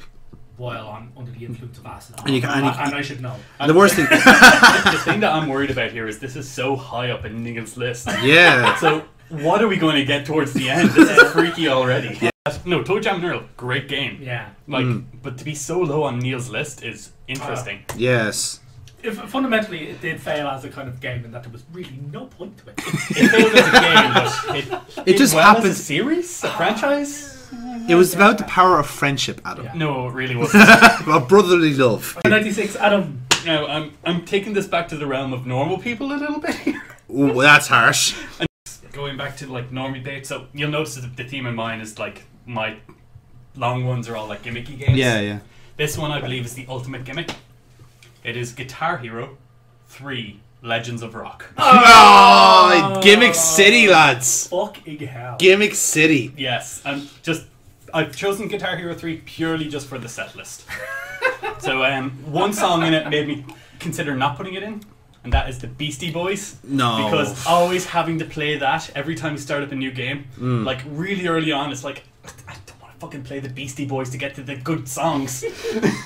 Speaker 2: while on under the influence of acid.
Speaker 1: And you can- and you-
Speaker 2: and I should know.
Speaker 1: And the worst thing,
Speaker 3: the thing that I'm worried about here is this is so high up in Neil's list.
Speaker 1: yeah.
Speaker 3: So what are we going to get towards the end? This is freaky already. No, Toe Jam and Earl, great game.
Speaker 2: Yeah. Mm.
Speaker 3: Like, but to be so low on Neil's list is interesting.
Speaker 1: Yes.
Speaker 2: If, fundamentally, it did fail as a kind of game, in that there was really no point to it.
Speaker 3: it failed as a game, but it,
Speaker 1: It just
Speaker 3: well as
Speaker 1: happened-
Speaker 3: a series, a franchise.
Speaker 1: It was about the power of friendship, Adam.
Speaker 2: Yeah.
Speaker 3: No, it really wasn't.
Speaker 1: Well, brotherly love.
Speaker 2: 96, Adam.
Speaker 3: no, I'm I'm taking this back to the realm of normal people a little bit. here.
Speaker 1: Ooh, that's harsh.
Speaker 3: Going back to like normie bait, so you'll notice that the theme in mine is like my long ones are all like gimmicky games.
Speaker 1: Yeah, yeah.
Speaker 3: This one, I believe, is the ultimate gimmick. It is Guitar Hero 3 Legends of Rock.
Speaker 1: Oh, Gimmick City, lads.
Speaker 2: Fucking hell.
Speaker 1: Gimmick City.
Speaker 3: Yes, I'm just. I've chosen Guitar Hero 3 purely just for the set list. so, um, one song in it made me consider not putting it in, and that is the Beastie Boys.
Speaker 1: No.
Speaker 3: Because always having to play that every time you start up a new game,
Speaker 1: Mm.
Speaker 3: like really early on, it's like, I don't want to fucking play the Beastie Boys to get to the good songs.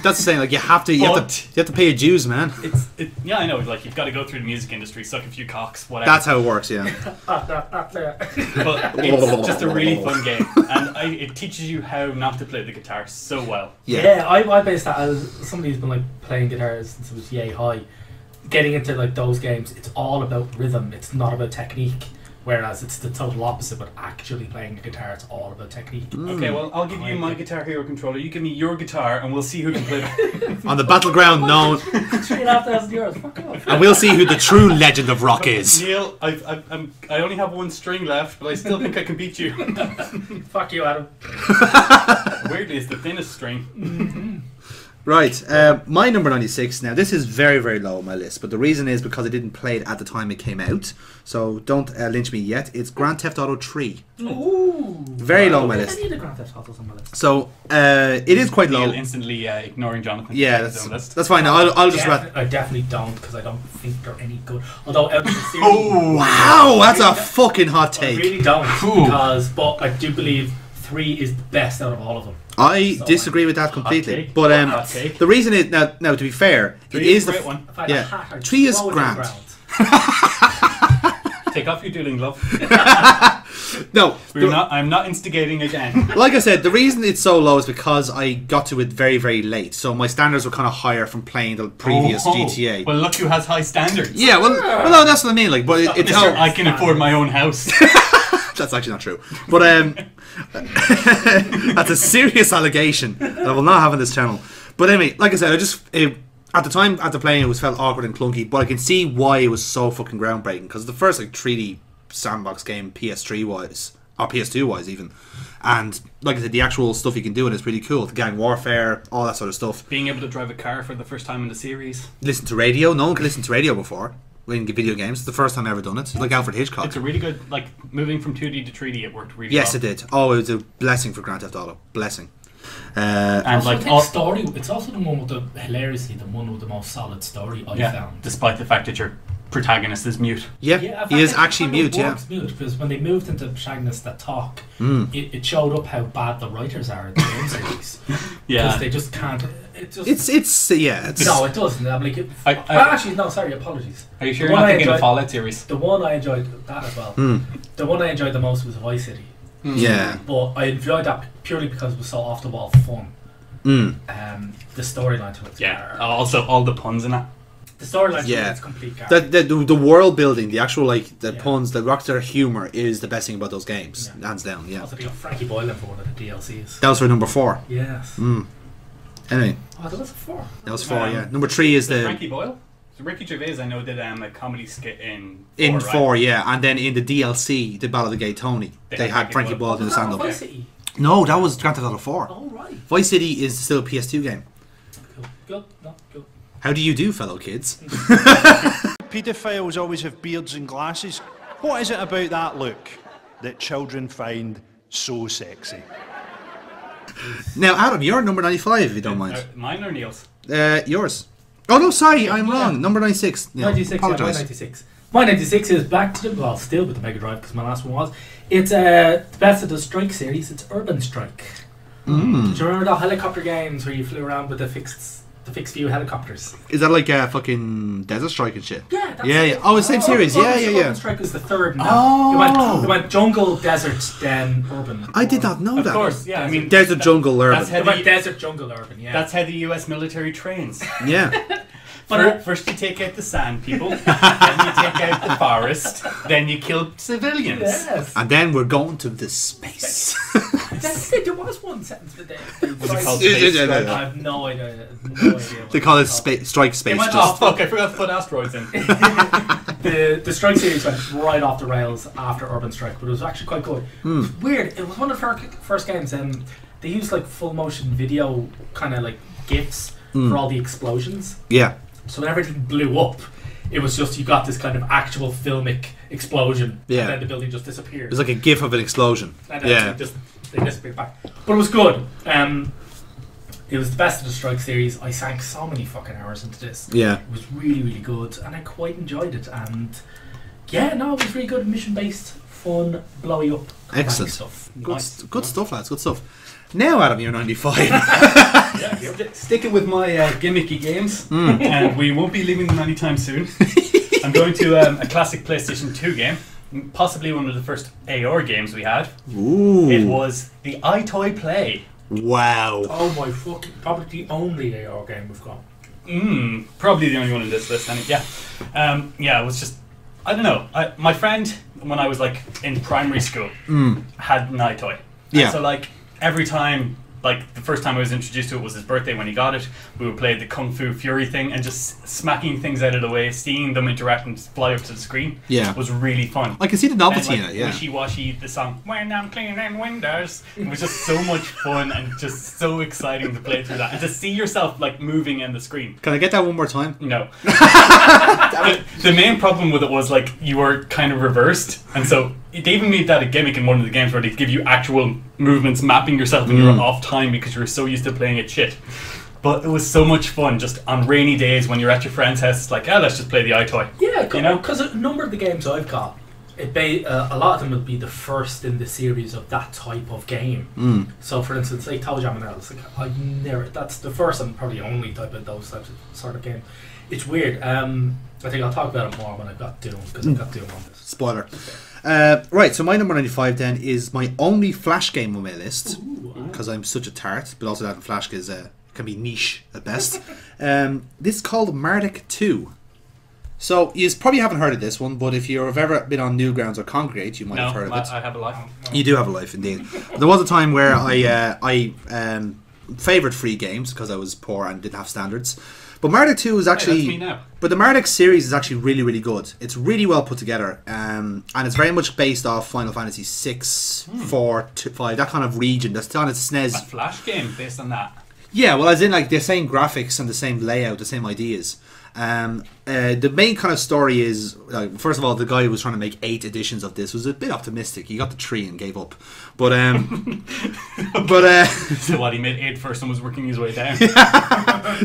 Speaker 1: That's the saying. Like you have to, you have
Speaker 3: But-
Speaker 1: to, you have to pay your dues, man.
Speaker 3: It's, it, yeah, I know, like, you've got to go through the music industry, suck a few cocks, whatever.
Speaker 1: That's how it works. Yeah.
Speaker 3: but it's just a really fun game, and I, it teaches you how not to play the guitar so well.
Speaker 1: Yeah.
Speaker 2: I, I based that as somebody who's been like playing guitar since it was yay high. Getting into like those games, it's all about rhythm. It's not about technique. Whereas it's the total opposite. But actually playing the guitar, it's all about technique.
Speaker 1: Hmm.
Speaker 3: Okay, well, I'll give you my Guitar Hero controller. You give me your guitar, and we'll see who can play. better.
Speaker 1: On the battleground known,
Speaker 2: Three and a half thousand euros. Fuck off.
Speaker 1: and we'll see who the true legend of rock is.
Speaker 3: Neil, I, I, I'm, I only have one string left, but I still think I can beat you.
Speaker 2: Fuck you, Adam.
Speaker 3: Weirdly, it's the thinnest string.
Speaker 1: Right. Uh, my number ninety-six. Now this is very, very low on my list, but the reason is because I didn't play it at the time it came out. So don't uh, lynch me yet. It's Grand Theft Auto Three.
Speaker 2: Ooh.
Speaker 1: Very low on my
Speaker 2: I
Speaker 1: list.
Speaker 2: need a Grand Theft Autos on my list.
Speaker 1: So uh, it is quite
Speaker 3: Neil
Speaker 1: low.
Speaker 3: instantly uh, ignoring Jonathan.
Speaker 1: Yeah,
Speaker 3: His
Speaker 1: that's,
Speaker 3: own list.
Speaker 1: that's fine. I'll, I'll just wrap.
Speaker 2: Defi- I definitely don't because I don't think they're any good. Although out of the series,
Speaker 1: Oh, Wow, that's a fucking hot
Speaker 2: I
Speaker 1: take.
Speaker 2: really don't
Speaker 3: Ooh.
Speaker 2: because, but I do believe three is the best out of all of them.
Speaker 1: I
Speaker 2: So,
Speaker 1: disagree with that completely.
Speaker 3: take.
Speaker 1: But um,
Speaker 3: Hot take.
Speaker 1: the reason is now. Now, to be fair, it
Speaker 3: Three
Speaker 1: is
Speaker 3: is a
Speaker 1: the
Speaker 3: great
Speaker 1: f-
Speaker 3: one.
Speaker 2: If I had a
Speaker 1: Yeah.
Speaker 2: hat, I'd
Speaker 1: Three is
Speaker 2: throw it in
Speaker 1: grand.
Speaker 2: the ground.
Speaker 3: Take off your dueling glove.
Speaker 1: no.
Speaker 3: We're
Speaker 1: the-
Speaker 3: not. I'm not instigating again.
Speaker 1: Like I said, the reason it's so low is because I got to it very, very late. So my standards were kind of higher from playing the previous
Speaker 3: Oh,
Speaker 1: GTA.
Speaker 3: Well, look who has high standards.
Speaker 1: yeah, well, well, no, that's what I mean. Like, but it, it's
Speaker 3: Mister,
Speaker 1: how
Speaker 3: I can afford my own house.
Speaker 1: that's actually not true. But um, that's a serious allegation that I will not have on this channel. But anyway, like I said, I just it, at the time after playing it was felt awkward and clunky, but I can see why it was so fucking groundbreaking because the first like 3D sandbox game PS3 wise or PS2 wise even, and like I said, the actual stuff you can do in it's pretty cool. The gang warfare, all that sort of stuff.
Speaker 3: Being able to drive a car for the first time in the series.
Speaker 1: Listen to radio. No one could listen to radio before in video games. It's the first time I ever done it. Like Alfred Hitchcock.
Speaker 3: It's a really good like moving from 2D to 3D. It worked really
Speaker 1: yes,
Speaker 3: well.
Speaker 1: it did. Oh, it was a blessing for Grand Theft Auto. Blessing. Uh,
Speaker 3: And
Speaker 2: Also, I
Speaker 3: like
Speaker 2: think
Speaker 3: all,
Speaker 2: story, it's also the one with the hilariously the one with the most solid story I
Speaker 3: yeah,
Speaker 2: found.
Speaker 3: despite the fact that your protagonist is mute.
Speaker 1: Yeah,
Speaker 2: Yeah, I
Speaker 1: he
Speaker 2: found
Speaker 1: is
Speaker 2: it
Speaker 1: actually
Speaker 2: kind of
Speaker 1: mute. Yeah,
Speaker 2: works mute because when they moved into Shagnus that talk,
Speaker 1: Mm.
Speaker 2: it, it showed up how bad the writers are in the game series.
Speaker 3: Yeah.
Speaker 2: because they just can't. It just,
Speaker 1: it's it's uh, yeah. It's,
Speaker 2: no, it doesn't. I'm like, it,
Speaker 3: I-
Speaker 2: oh,
Speaker 3: I-
Speaker 2: actually, no, sorry, apologies.
Speaker 3: Are you sure
Speaker 2: The
Speaker 3: you're
Speaker 2: one
Speaker 3: not
Speaker 2: I
Speaker 3: thinking of
Speaker 2: enjoyed-
Speaker 3: Fallout series?
Speaker 2: The one I enjoyed that as well.
Speaker 1: Mm.
Speaker 2: The one I enjoyed the most was Vice City,
Speaker 1: yeah.
Speaker 2: but I enjoyed that purely because it was so off the wall
Speaker 1: Mm.
Speaker 2: fun. Um, the storyline to it.
Speaker 3: Yeah. Also, all the puns in it.
Speaker 2: The storyline
Speaker 1: Yeah.
Speaker 2: yeah. is complete garbage.
Speaker 1: The, the, the world building, the actual like the
Speaker 2: Yeah.
Speaker 1: puns, the Rockstar humor is the best thing about those games, hands down. Yeah,
Speaker 2: also, they got Frankie Boylan for one of the DLCs.
Speaker 1: that was for number four.
Speaker 2: Yes.
Speaker 1: Mm. Anyway,
Speaker 2: Oh, that was a four.
Speaker 1: that was four.
Speaker 3: Um,
Speaker 1: yeah, number three is the
Speaker 3: Frankie Boyle. So Ricky Gervais, I know, did um, a comedy skit in
Speaker 1: in
Speaker 3: right? Uh,
Speaker 1: four. Yeah, and then in the DLC, the Battle of the Gay Tony, they,
Speaker 3: They
Speaker 1: had Frankie Boyle
Speaker 2: Oh,
Speaker 1: do the
Speaker 2: was that
Speaker 1: stand
Speaker 2: on
Speaker 1: up.
Speaker 2: Vice City?
Speaker 1: No, that was Grand Theft Auto Four.
Speaker 2: All right.
Speaker 1: Vice City is still a PS2 game.
Speaker 2: Cool. Good. No, good.
Speaker 1: How do you do, fellow kids?
Speaker 4: Pedophiles always have beards and glasses. What is it about that look that children find so sexy?
Speaker 1: Now, Adam, you're number ninety-five. If you don't
Speaker 3: Uh,
Speaker 1: mind,
Speaker 3: mine or Neil's?
Speaker 1: uh, yours. Oh no, sorry, I'm wrong. Number ninety-six. Yeah,
Speaker 2: 96, yeah, my
Speaker 1: apologize.
Speaker 2: 96. My 96 is back to the, well, still with the Mega Drive because my last one was. It's uh, the best of the Strike series, it's Urban Strike.
Speaker 1: Mm.
Speaker 2: Do you remember the helicopter games where you flew around with the fixed the fixed view helicopters?
Speaker 1: Is that like a fucking Desert Strike and shit?
Speaker 2: Yeah, that's oh,
Speaker 1: Yeah,
Speaker 2: it.
Speaker 1: yeah. Oh, it's same series. Yeah,
Speaker 2: Urban-
Speaker 1: yeah, yeah.
Speaker 2: Urban Strike was the third. Now.
Speaker 1: Oh.
Speaker 2: It went, it went jungle, desert, then urban.
Speaker 1: I did not know
Speaker 3: Of
Speaker 1: that.
Speaker 3: course, yeah. I mean,
Speaker 1: Desert Jungle Urban.
Speaker 3: that's
Speaker 2: It went
Speaker 3: heavy.
Speaker 2: desert, jungle, urban, yeah.
Speaker 3: That's how the U.S. military trains.
Speaker 1: yeah.
Speaker 2: But-
Speaker 3: Fir- First, you take out the sand people, then you take out the forest, then you kill civilians.
Speaker 2: Yes.
Speaker 1: And then we're going to the space.
Speaker 2: That's it. There was one sentence for that.
Speaker 3: Was it called
Speaker 1: Yeah,
Speaker 3: space?
Speaker 1: yeah, yeah,
Speaker 3: Drive?
Speaker 1: yeah.
Speaker 2: I have no idea. No idea
Speaker 1: they call it spa- Strike Space.
Speaker 3: They went, oh
Speaker 1: just-
Speaker 3: fuck! I forgot to put asteroids in.
Speaker 2: the the Strike series went right off the rails after Urban Strike, but it was actually quite good. It
Speaker 1: Hmm.
Speaker 2: was weird. It was one of the fir- first games, and they used like full motion video kind of like gifs
Speaker 1: Hmm.
Speaker 2: for all the explosions.
Speaker 1: Yeah.
Speaker 2: So when everything blew up, it was just you got this kind of actual filmic explosion,
Speaker 1: Yeah.
Speaker 2: and then the building just disappeared.
Speaker 1: It's like a gif of an explosion.
Speaker 2: And then
Speaker 1: Yeah.
Speaker 2: they just they disappeared back. But it was good. Um, it was the best of the Strike series. I sank so many fucking hours into this.
Speaker 1: Yeah.
Speaker 2: It was really, really good, and I quite enjoyed it. And yeah, no, it was really good, mission based, fun, blowy up, combating
Speaker 1: Excellent.
Speaker 2: stuff.
Speaker 1: Good,
Speaker 2: Nice.
Speaker 1: st- good stuff, lads. Good stuff. Now, Adam, you're 95.
Speaker 3: Stick it with my uh, gimmicky games, and we won't be leaving them anytime soon. I'm going to um, a classic PlayStation 2 game, possibly one of the first AR games we had.
Speaker 1: Ooh.
Speaker 3: It was the iToy Play.
Speaker 1: Wow.
Speaker 2: Oh my fucking! Probably the only AR game we've got.
Speaker 3: Mm, probably the only one in this list. And yeah, um, yeah, it was just I don't know. I, my friend when I was like in primary school had an iToy.
Speaker 1: Hmm.
Speaker 3: And
Speaker 1: Yeah.
Speaker 3: So like every time. Like the first time I was introduced to it was his birthday when he got it. We would play the Kung Fu Fury thing and just smacking things out of the way, seeing them interact and fly up to the screen.
Speaker 1: Yeah.
Speaker 3: was really fun.
Speaker 1: I can see the
Speaker 3: And,
Speaker 1: novelty
Speaker 3: like,
Speaker 1: in it, yeah.
Speaker 3: Wishy washy, the song "When I'm Cleaning Windows" it was just so much fun and just so exciting to play through that and to see yourself like moving in the screen.
Speaker 1: Can I get that one more time?
Speaker 3: No. the, the main problem with it was like you were kind of reversed, and so they even made that a gimmick in one of the games where they give you actual movements mapping yourself, and
Speaker 1: Mm.
Speaker 3: you're off time because you were so used to playing it shit. But it was so much fun just on rainy days when you're at your friend's house. It's like, ah, let's just play the iToy.
Speaker 2: Yeah,
Speaker 3: You know?
Speaker 2: because a number of the games I've got, it ba- uh, a lot of them would be the first in the series of that type of game.
Speaker 1: Hmm.
Speaker 2: So, for instance, like Tower Jam and Earl, it's like I've never. That's the first and probably only type of those types of sort of game. It's weird. Um, I think I'll talk about it more when I've got Doom because I've got Doom on this.
Speaker 1: Spoiler. Uh, right, so my number 95 then is my only Flash game on my list because I'm such a tart, but also that and Flash is, uh, can be niche at best. um, this is called Marduk 2. So, you probably haven't heard of this one, but if you've ever been on Newgrounds or Congregate, you might
Speaker 3: No,
Speaker 1: have heard of
Speaker 3: I,
Speaker 1: it.
Speaker 3: I have a life.
Speaker 1: You do have a life, indeed. there was a time where I uh, I um, favoured free games because I was poor and didn't have standards. But Marduk 2 is actually.
Speaker 3: that's me now.
Speaker 1: But the Marduk series is actually really, really good. It's really well put together, um, and it's very much based off Final Fantasy 6,
Speaker 3: Hmm.
Speaker 1: 4, 2, 5, that kind of E region. That's on its
Speaker 3: A
Speaker 1: SNES
Speaker 3: Flash game based on that.
Speaker 1: yeah, well, as in like the same graphics and the same layout, the same ideas. Um, uh, the main kind of story is like, first of all, the guy who was trying to make eight editions of this was a bit optimistic. He got the tree and gave up, but um, but uh,
Speaker 3: So what he made eight first and was working his way down.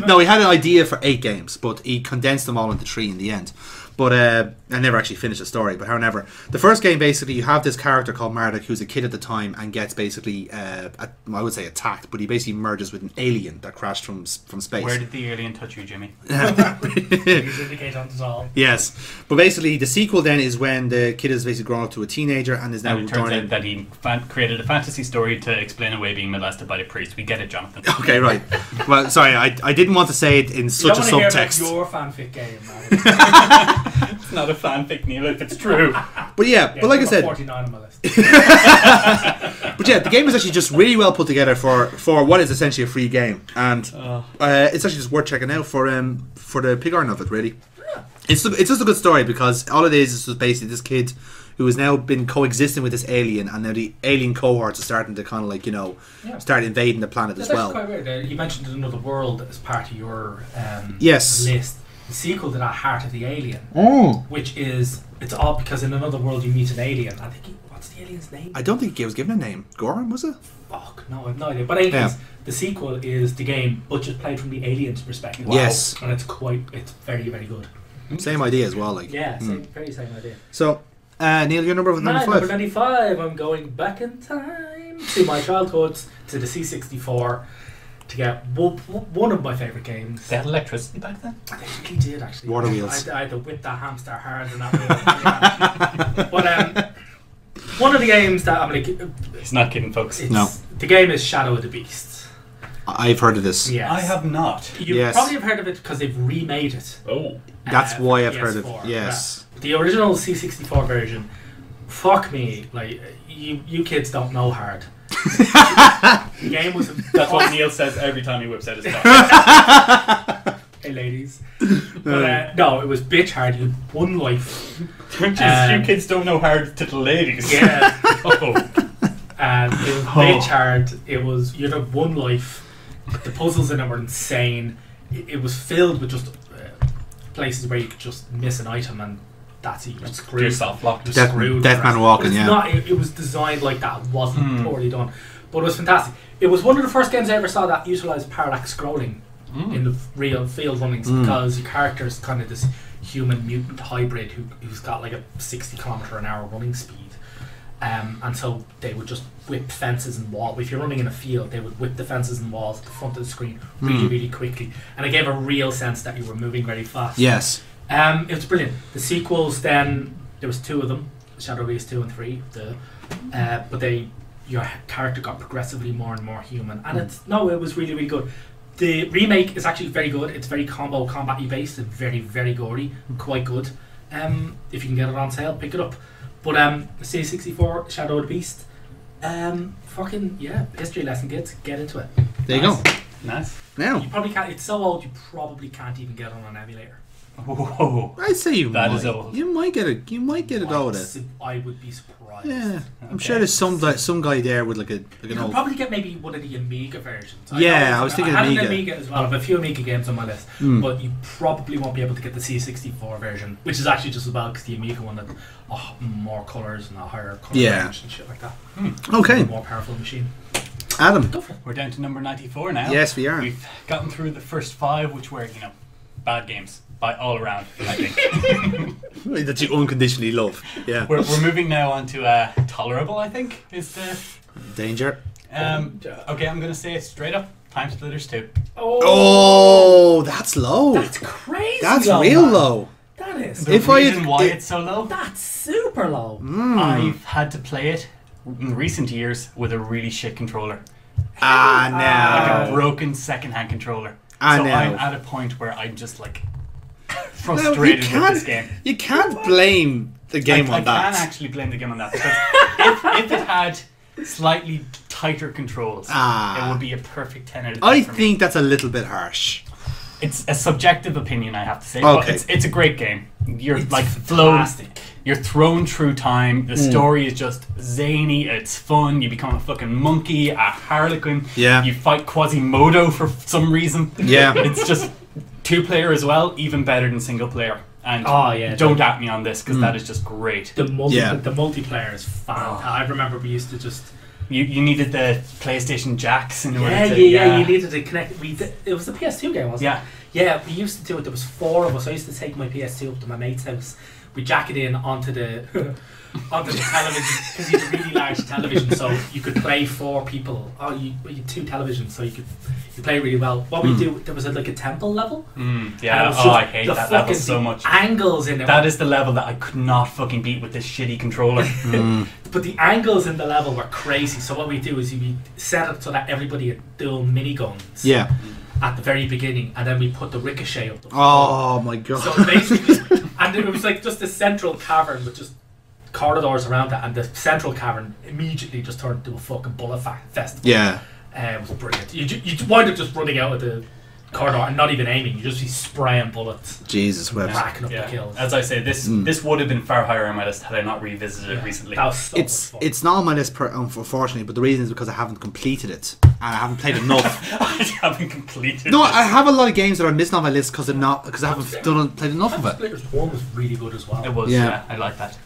Speaker 1: no, he had an idea for eight games, but he condensed them all into three in the end. But uh, I never actually finished the story. But however, the first game basically you have this character called Marduk who's a kid at the time and gets basically uh, a- I would say attacked, but he basically merges with an alien that crashed from s- from space.
Speaker 3: Where did the alien touch you, Jimmy?
Speaker 2: Please indicate on us all.
Speaker 1: Yes, but basically the sequel then is when the kid is basically grown up to a teenager and is now
Speaker 3: And it turns
Speaker 1: joining.
Speaker 3: out that he fan- created a fantasy story to explain away being molested by the priest. We get it, Jonathan.
Speaker 1: Okay, right. well, sorry, I, I didn't want to say it in
Speaker 2: You
Speaker 1: such a
Speaker 2: don't want to hear about
Speaker 1: subtext.
Speaker 2: your fanfic game, man.
Speaker 3: It's not a fanfic, Neil, if it's true.
Speaker 1: But yeah, but like I
Speaker 2: I've got
Speaker 1: said,
Speaker 2: 49 on my list.
Speaker 1: but yeah, the game is actually just really well put together for for what is essentially a free game, and uh, it's actually just worth checking out for um for the pig iron of it. Really, it's it's just a good story because all it is is just basically this kid who has now been coexisting with this alien, and now the alien cohorts are starting to kind of like you know
Speaker 2: Yeah.
Speaker 1: start invading the planet as
Speaker 2: That's
Speaker 1: well.
Speaker 2: actually quite weird. Uh, You mentioned Another World as part of your um,
Speaker 1: Yes.
Speaker 2: list. The sequel to that, Heart of the Alien,
Speaker 1: Oh.
Speaker 2: which is it's odd because in Another World you meet an alien. I think he, what's the alien's name?
Speaker 1: I don't think it was given a name. Goran was it?
Speaker 2: Fuck, no, I've no idea. But anyways, the sequel is the game, but just played from the alien's perspective.
Speaker 1: Yes.
Speaker 2: and it's quite, it's very, very good.
Speaker 1: Same idea as well. Like
Speaker 2: Yeah, same, very same idea.
Speaker 1: so, uh, Neil, your Mm. number
Speaker 2: My
Speaker 1: ninety
Speaker 2: number
Speaker 1: five.
Speaker 2: 95, I'm going back in time to my childhood, to the C64, to get wo- wo- one of my favourite games.
Speaker 3: They had electricity back then?
Speaker 2: I think he did, actually.
Speaker 1: Water wheels.
Speaker 2: I, I had to whip that hamster hard and that wheel. But um, one of the games that I'm like,
Speaker 3: He's not kidding, folks.
Speaker 2: it's,
Speaker 1: No.
Speaker 2: the game is Shadow of the Beast.
Speaker 1: I've heard of this.
Speaker 2: Yes.
Speaker 3: I have not.
Speaker 2: You
Speaker 1: Yes.
Speaker 2: probably have heard of it because they've remade it.
Speaker 3: Oh.
Speaker 1: That's
Speaker 2: uh,
Speaker 1: why I've
Speaker 2: for
Speaker 1: heard of.
Speaker 2: PS4,
Speaker 1: Yes.
Speaker 2: yeah. The original C64 version, fuck me, like you you kids don't know hard. the game was
Speaker 3: That's what Neil says every time he whips out his tongue.
Speaker 2: hey ladies, but uh, no, it was bitch hard. You had one life,
Speaker 3: Just,
Speaker 2: Um,
Speaker 3: you kids don't know hard to the ladies.
Speaker 2: yeah,
Speaker 3: Oh.
Speaker 2: and it was bitch hard. It was you had one life. The puzzles in it were insane. It, it was filled with just uh, places where you could just miss an item and that's it. You screw
Speaker 3: yourself locked.
Speaker 1: Death-
Speaker 2: screwed.
Speaker 1: Death Man Walking,
Speaker 2: It's
Speaker 1: yeah.
Speaker 2: Not, it, it was designed like that. It wasn't poorly done, but it was fantastic. It was one of the first games I ever saw that utilized parallax scrolling in the f- real field runnings
Speaker 1: Hmm.
Speaker 2: because your character is kind of this human mutant hybrid who, who's got like a 60 kilometer an hour running speed. Um, and so they would just whip fences and walls. If you're running in a field, they would whip the fences and walls at the front of the screen
Speaker 1: Hmm.
Speaker 2: really, really quickly. And it gave a real sense that you were moving very fast.
Speaker 1: Yes.
Speaker 2: Um, it was brilliant. The sequels, then there was two of them, Shadow Race two and three. The, uh, but they, your character got progressively more and more human, and it's no, it was really really good. The remake is actually very good. It's very combo combat based and very very gory, quite good. Um, if you can get it on sale, pick it up. But um, C sixty four Shadow of the Beast, um, fucking yeah, history lesson kids, get into it.
Speaker 1: There you
Speaker 3: Nice.
Speaker 1: go.
Speaker 3: Nice.
Speaker 1: Now,
Speaker 2: You probably can't. It's so old, you probably can't even get it on an emulator.
Speaker 3: Whoa.
Speaker 1: I'd say you
Speaker 3: That
Speaker 1: might.
Speaker 3: is old.
Speaker 1: You might get it. You might get it out of it.
Speaker 2: Su- I would be surprised.
Speaker 1: Yeah. I'm
Speaker 3: Okay.
Speaker 1: sure there's some guy, some guy there with like a like
Speaker 2: You
Speaker 1: an
Speaker 2: could
Speaker 1: old.
Speaker 2: probably get maybe one of the Amiga versions.
Speaker 1: Yeah,
Speaker 2: know-
Speaker 1: I was thinking
Speaker 2: I had
Speaker 1: Amiga. Hmm.
Speaker 2: an Amiga as well. I have a few Amiga games on my list, but you probably won't be able to get the C64 version, which is actually just as well because the Amiga one had oh, more colours and a higher colour
Speaker 1: Yeah.
Speaker 2: range and shit like that. A
Speaker 1: Okay,
Speaker 2: more powerful machine.
Speaker 1: Adam.
Speaker 2: Go for it.
Speaker 3: We're down to number 94 now.
Speaker 1: Yes, we are.
Speaker 3: We've gotten through the first five, which were, you know, bad games by all around, I think.
Speaker 1: That you unconditionally love. Yeah.
Speaker 3: We're, we're moving now on to uh, tolerable. I think is the.
Speaker 1: Danger.
Speaker 3: Um, okay, I'm gonna say it straight up. Time splitters two.
Speaker 2: Oh,
Speaker 1: Oh, that's low.
Speaker 2: that's crazy.
Speaker 1: That's
Speaker 2: low,
Speaker 1: real
Speaker 2: man.
Speaker 1: low.
Speaker 2: That is.
Speaker 3: The
Speaker 1: If I had-
Speaker 3: reason why
Speaker 1: it-
Speaker 3: it's so low,
Speaker 2: That's super low.
Speaker 1: Mm. Hmm.
Speaker 3: I've had to play it in recent years with a really shit controller,
Speaker 1: Ah,
Speaker 3: like a broken second-hand controller.
Speaker 1: I
Speaker 3: so
Speaker 1: know.
Speaker 3: I'm at a point where I'm just like
Speaker 1: no. No,
Speaker 3: frustrated with this game.
Speaker 1: You can't blame the game
Speaker 3: I,
Speaker 1: on
Speaker 3: I
Speaker 1: that.
Speaker 3: can actually blame the game on that because if, if it had slightly tighter controls,
Speaker 1: Ah.
Speaker 3: it would be a perfect ten out of ten.
Speaker 1: I
Speaker 3: for me.
Speaker 1: think that's a little bit harsh.
Speaker 3: it's a subjective opinion, I have to say.
Speaker 1: Okay.
Speaker 3: But it's, it's a great game. You're
Speaker 2: It's
Speaker 3: like flown.
Speaker 2: fantastic.
Speaker 3: You're thrown through time. The
Speaker 1: Hmm.
Speaker 3: story is just zany. It's fun. You become a fucking monkey, a harlequin.
Speaker 1: Yeah.
Speaker 3: You fight Quasimodo for f- some reason.
Speaker 1: Yeah.
Speaker 3: It's just two player as well, even better than single player. And
Speaker 2: Oh, yeah.
Speaker 3: don't at me on this
Speaker 1: Hmm.
Speaker 3: because that is just great.
Speaker 2: The multi
Speaker 1: Yeah. Oh.
Speaker 2: the multiplayer is fantastic. I remember we used to just
Speaker 3: You, you needed the PlayStation jacks in order
Speaker 2: Yeah, yeah,
Speaker 3: to
Speaker 2: yeah, You needed to connect. We did, it was a PS2 game, wasn't
Speaker 3: Yeah.
Speaker 2: it? Yeah. We used to do it. There was four of us. I used to take my PS2 up to my mate's house. we jack it in onto the onto the television because you had a really large television, so you could play four people. Oh, you, well, you had two televisions, so you could you play really well. What we do there was a, like a temple level.
Speaker 3: Mm,
Speaker 2: and it
Speaker 3: Hmm. yeah.
Speaker 2: was
Speaker 3: Oh,
Speaker 2: just
Speaker 3: I hate
Speaker 2: the
Speaker 3: that level
Speaker 2: fucking
Speaker 3: so much.
Speaker 2: Angles in it.
Speaker 3: That is the level that I could not fucking beat with this shitty controller.
Speaker 2: But the angles in the level were crazy. So what we do is we set it so that everybody had dual miniguns
Speaker 1: Yeah.
Speaker 2: at the very beginning, and then we put the ricochet up. the
Speaker 1: Oh my god.
Speaker 2: So basically, and it was like just a central cavern with just corridors around that, and the central cavern immediately just turned into a fucking bullet fa- festival.
Speaker 1: yeah.
Speaker 2: Uh, it was brilliant. You, ju- you wind up just running out of the corridor and not even aiming. You just see spraying bullets,
Speaker 1: Jesus Webster.
Speaker 2: racking up the kills.
Speaker 3: As I say, this
Speaker 1: Mm.
Speaker 3: this would have been far higher on my list had I not revisited it recently.
Speaker 2: That was so
Speaker 1: It's
Speaker 2: much fun.
Speaker 1: it's not on my list, per, unfortunately, but the reason is because I haven't completed it and I haven't played enough.
Speaker 3: I haven't completed.
Speaker 1: no,
Speaker 3: it.
Speaker 1: I have a lot of games that are missing on my list because not because I haven't done played enough of it.
Speaker 2: Splitters One was really good as well.
Speaker 3: It was.
Speaker 1: Yeah.
Speaker 3: Yeah. I like that.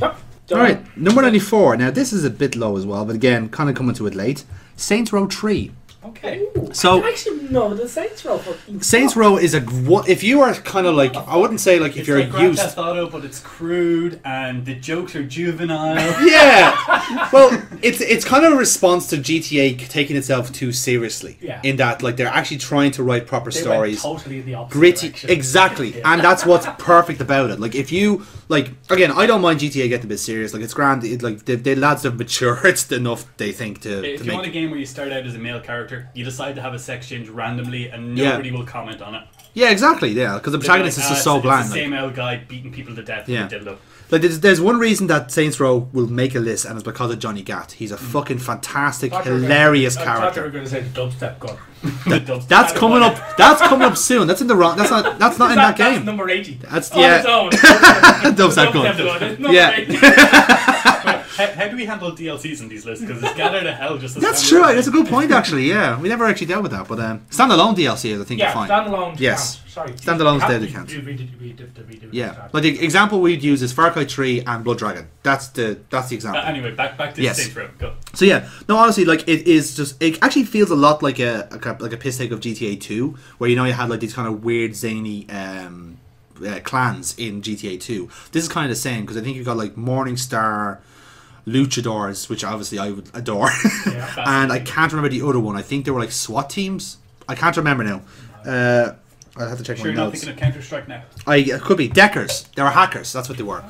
Speaker 2: Yep.
Speaker 1: All right, number ninety-four. Now this is a bit low as well, but again, kind of coming to it late. Saints Row Three.
Speaker 2: Okay.
Speaker 1: So-
Speaker 2: actually, no, the Saints Row. fucking
Speaker 1: Saints Row is a gr- if you are kind of like I wouldn't say like if
Speaker 3: it's
Speaker 1: you're
Speaker 3: like Grand
Speaker 1: used.
Speaker 3: Theft Auto, but it's crude and the jokes are juvenile.
Speaker 1: Yeah. Well, it's it's kind of a response to GTA taking itself too seriously.
Speaker 2: Yeah.
Speaker 1: In that, like, they're actually trying to write proper
Speaker 2: They went
Speaker 1: stories.
Speaker 2: totally in the opposite
Speaker 1: gritty
Speaker 2: direction.
Speaker 1: exactly and that's what's perfect about it like if you like again i don't mind gta getting a bit serious like it's grand it, like the, the lads have matured enough they think to,
Speaker 3: if
Speaker 1: to
Speaker 3: you want a
Speaker 1: make
Speaker 3: game where you start out as a male character, you decide to have a sex change randomly and
Speaker 1: Yeah.
Speaker 3: nobody will comment on it.
Speaker 1: yeah exactly yeah because the
Speaker 3: They'll be
Speaker 1: protagonist
Speaker 3: like,
Speaker 1: is
Speaker 3: "Ah,
Speaker 1: just so
Speaker 3: it's- it's
Speaker 1: bland
Speaker 3: the
Speaker 1: like,
Speaker 3: same old guy beating people to death
Speaker 1: Yeah.
Speaker 3: with a dildo.
Speaker 1: like there's, there's one reason that saints row will make a list and it's because of johnny gat he's a fucking fantastic
Speaker 2: Thought you were gonna-
Speaker 1: hilarious
Speaker 3: Uh,
Speaker 2: I thought you
Speaker 1: character
Speaker 2: were going to say the dubstep gun.
Speaker 1: that's coming up that's coming up soon that's in the wrong that's not that's not in that,
Speaker 2: that's
Speaker 1: game
Speaker 2: number 80.
Speaker 1: That's-
Speaker 2: On
Speaker 1: yeah.
Speaker 2: its own. Dubstep
Speaker 1: Dubstep gun.
Speaker 2: gun. Number
Speaker 1: Yeah.
Speaker 2: 80.
Speaker 3: How, how do we handle DLCs in these lists? Because it's gathered to hell just. as
Speaker 1: that's true
Speaker 3: standard.
Speaker 1: that's a good point actually yeah we never actually dealt with that but um standalone dlc i think
Speaker 2: Yeah,
Speaker 1: you're fine
Speaker 2: standalone.
Speaker 1: Yes.
Speaker 2: Count. Sorry.
Speaker 1: Standalone's
Speaker 2: Count.
Speaker 1: dead, it
Speaker 2: You-
Speaker 1: counts.
Speaker 2: you read it, read it, read it, read
Speaker 1: Yeah,
Speaker 2: it.
Speaker 1: like the example we'd use is Far Cry 3 and Blood Dragon. That's the that's the
Speaker 3: Uh,
Speaker 1: example.
Speaker 3: anyway, back back to
Speaker 1: Yes.
Speaker 3: the Saints Row. Go.
Speaker 1: so yeah, no, honestly, like it is just it actually feels a lot like a, a kind of- like a piss take of GTA 2, where you know you had like these kind of weird zany um, uh, clans in GTA 2. This is kind of the same because I think you've got like Morningstar. Luchadors, which obviously I would adore, and I can't remember the other one. I think they were like SWAT teams. I can't remember now. Uh, I'll have to check
Speaker 3: Sure,
Speaker 1: my
Speaker 3: you're not
Speaker 1: notes.
Speaker 3: thinking of Counter Strike now.
Speaker 1: I it could be deckers. They were hackers. That's what they were.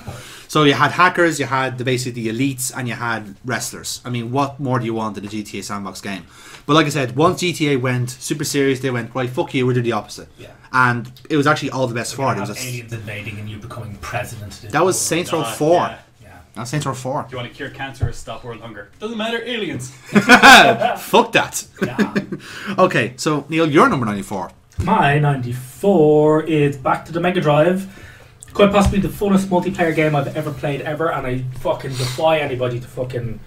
Speaker 1: So you had hackers, you had the basically the elites, and you had wrestlers. I mean, what more do you want in a GTA sandbox game? But like I said, once GTA went super serious, they went right. Fuck you. We will do the opposite.
Speaker 2: Yeah.
Speaker 1: And it was actually all the best for it. It was
Speaker 2: Have
Speaker 1: just-
Speaker 2: aliens invading and you becoming president. of the
Speaker 1: that was
Speaker 2: world.
Speaker 1: Saints Row
Speaker 3: Ah,
Speaker 1: Four.
Speaker 3: yeah.
Speaker 2: Yeah.
Speaker 1: Not Saints Row Four.
Speaker 3: Do you want to cure cancer or stop world hunger? Doesn't matter. Aliens.
Speaker 1: Fuck that.
Speaker 2: Yeah.
Speaker 1: okay, so Neil, you're number ninety-four.
Speaker 2: My 94 is back to the Mega Drive. Quite possibly the funnest multiplayer game I've ever played ever, and I fucking defy anybody to fucking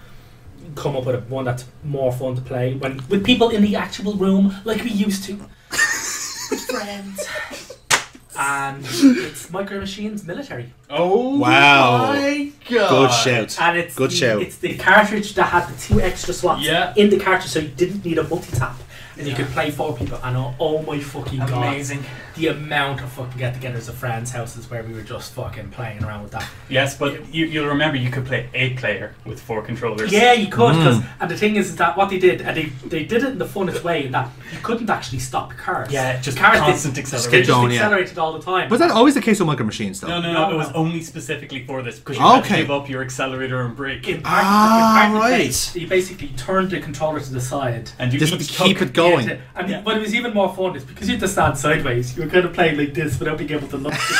Speaker 2: come up with a one that's more fun to play when with people in the actual room like we used to. with friends. And it's Micro Machines Military.
Speaker 3: Oh
Speaker 1: Wow.
Speaker 3: my god.
Speaker 1: Good shout.
Speaker 2: And it's
Speaker 1: Good
Speaker 2: the,
Speaker 1: shout.
Speaker 2: it's the cartridge that had the two extra slots
Speaker 3: Yeah.
Speaker 2: in the cartridge so you didn't need a multi tap. And you could play four people and oh, oh my fucking god
Speaker 3: Amazing.
Speaker 2: the amount of fucking get-togethers of friends' houses where we were just fucking playing around with that.
Speaker 3: Yes, but you, you'll remember you could play eight player with four controllers.
Speaker 2: Yeah, you could,
Speaker 1: Mm.
Speaker 2: 'cause- and the thing is, is that what they did, and they, they did it in the funnest way in that you couldn't actually stop cars.
Speaker 3: Yeah, just
Speaker 2: cars
Speaker 3: constant
Speaker 2: did,
Speaker 3: acceleration.
Speaker 2: they just
Speaker 1: Going, yeah.
Speaker 2: accelerated all the time.
Speaker 1: Was that always the case with micro machines though?
Speaker 3: No, no,
Speaker 2: No,
Speaker 3: no, It was
Speaker 2: no.
Speaker 3: only specifically for this because you had
Speaker 1: Okay.
Speaker 3: to give up your accelerator and brake,
Speaker 2: in part,
Speaker 1: Ah,
Speaker 2: in part
Speaker 1: right.
Speaker 2: They, they basically turned the controller to the side.
Speaker 3: and you
Speaker 1: Just
Speaker 3: each
Speaker 1: to keep
Speaker 3: took-
Speaker 1: it going.
Speaker 2: Yeah, to- and
Speaker 3: Yeah.
Speaker 2: what it was even more fun is because you had to stand sideways, you were kind of playing like this without being able to look at the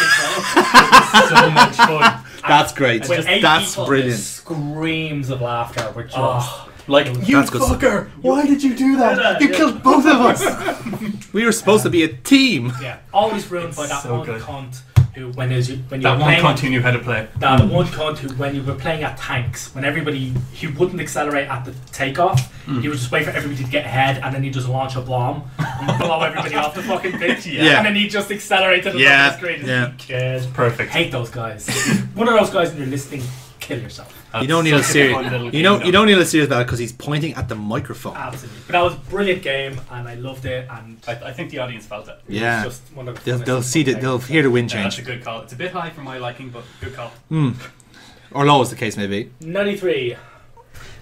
Speaker 2: controller.
Speaker 3: so much fun.
Speaker 1: That's great.
Speaker 2: With eight
Speaker 1: That's
Speaker 2: people, the
Speaker 1: brilliant.
Speaker 2: Screams of laughter were just.
Speaker 3: Oh, like you
Speaker 1: That's good stuff.
Speaker 3: fucker.
Speaker 1: Why did you do
Speaker 2: that?
Speaker 1: You
Speaker 2: Yeah.
Speaker 1: killed both of us. we were supposed to be a team.
Speaker 2: Yeah, always ruined by that
Speaker 3: so
Speaker 2: one
Speaker 3: good.
Speaker 2: cunt who when is when you
Speaker 3: That
Speaker 2: were
Speaker 3: one
Speaker 2: playing,
Speaker 3: cunt who knew how to play.
Speaker 2: that one cunt who when you were playing at tanks when everybody he wouldn't accelerate at the takeoff he would just wait for everybody to get ahead and then he would just launch a bomb and blow everybody off the fucking bitch
Speaker 1: Yeah.
Speaker 2: and then he just accelerated the
Speaker 1: Yeah,
Speaker 2: screen
Speaker 1: yeah.
Speaker 2: yeah
Speaker 3: Perfect.
Speaker 2: hate those guys one of those guys and you're listening kill yourself
Speaker 1: You don't need a
Speaker 3: Uh, such a
Speaker 1: serious.
Speaker 3: fun little Ah,
Speaker 1: You don't.
Speaker 3: game,
Speaker 1: You
Speaker 3: though.
Speaker 1: don't need a serious ballot because he's pointing at the microphone.
Speaker 2: Absolutely. But that was a brilliant game, and I loved it. And
Speaker 3: I, I think the audience felt that. Yeah,
Speaker 1: yeah,
Speaker 2: it's just one of the
Speaker 1: they'll,
Speaker 2: funnest
Speaker 1: they'll see that.
Speaker 2: games.
Speaker 1: They'll hear the wind
Speaker 3: that's a
Speaker 1: change,
Speaker 3: good call. It's a bit high for my liking, but good call.
Speaker 1: or low as the case may be.
Speaker 2: 93.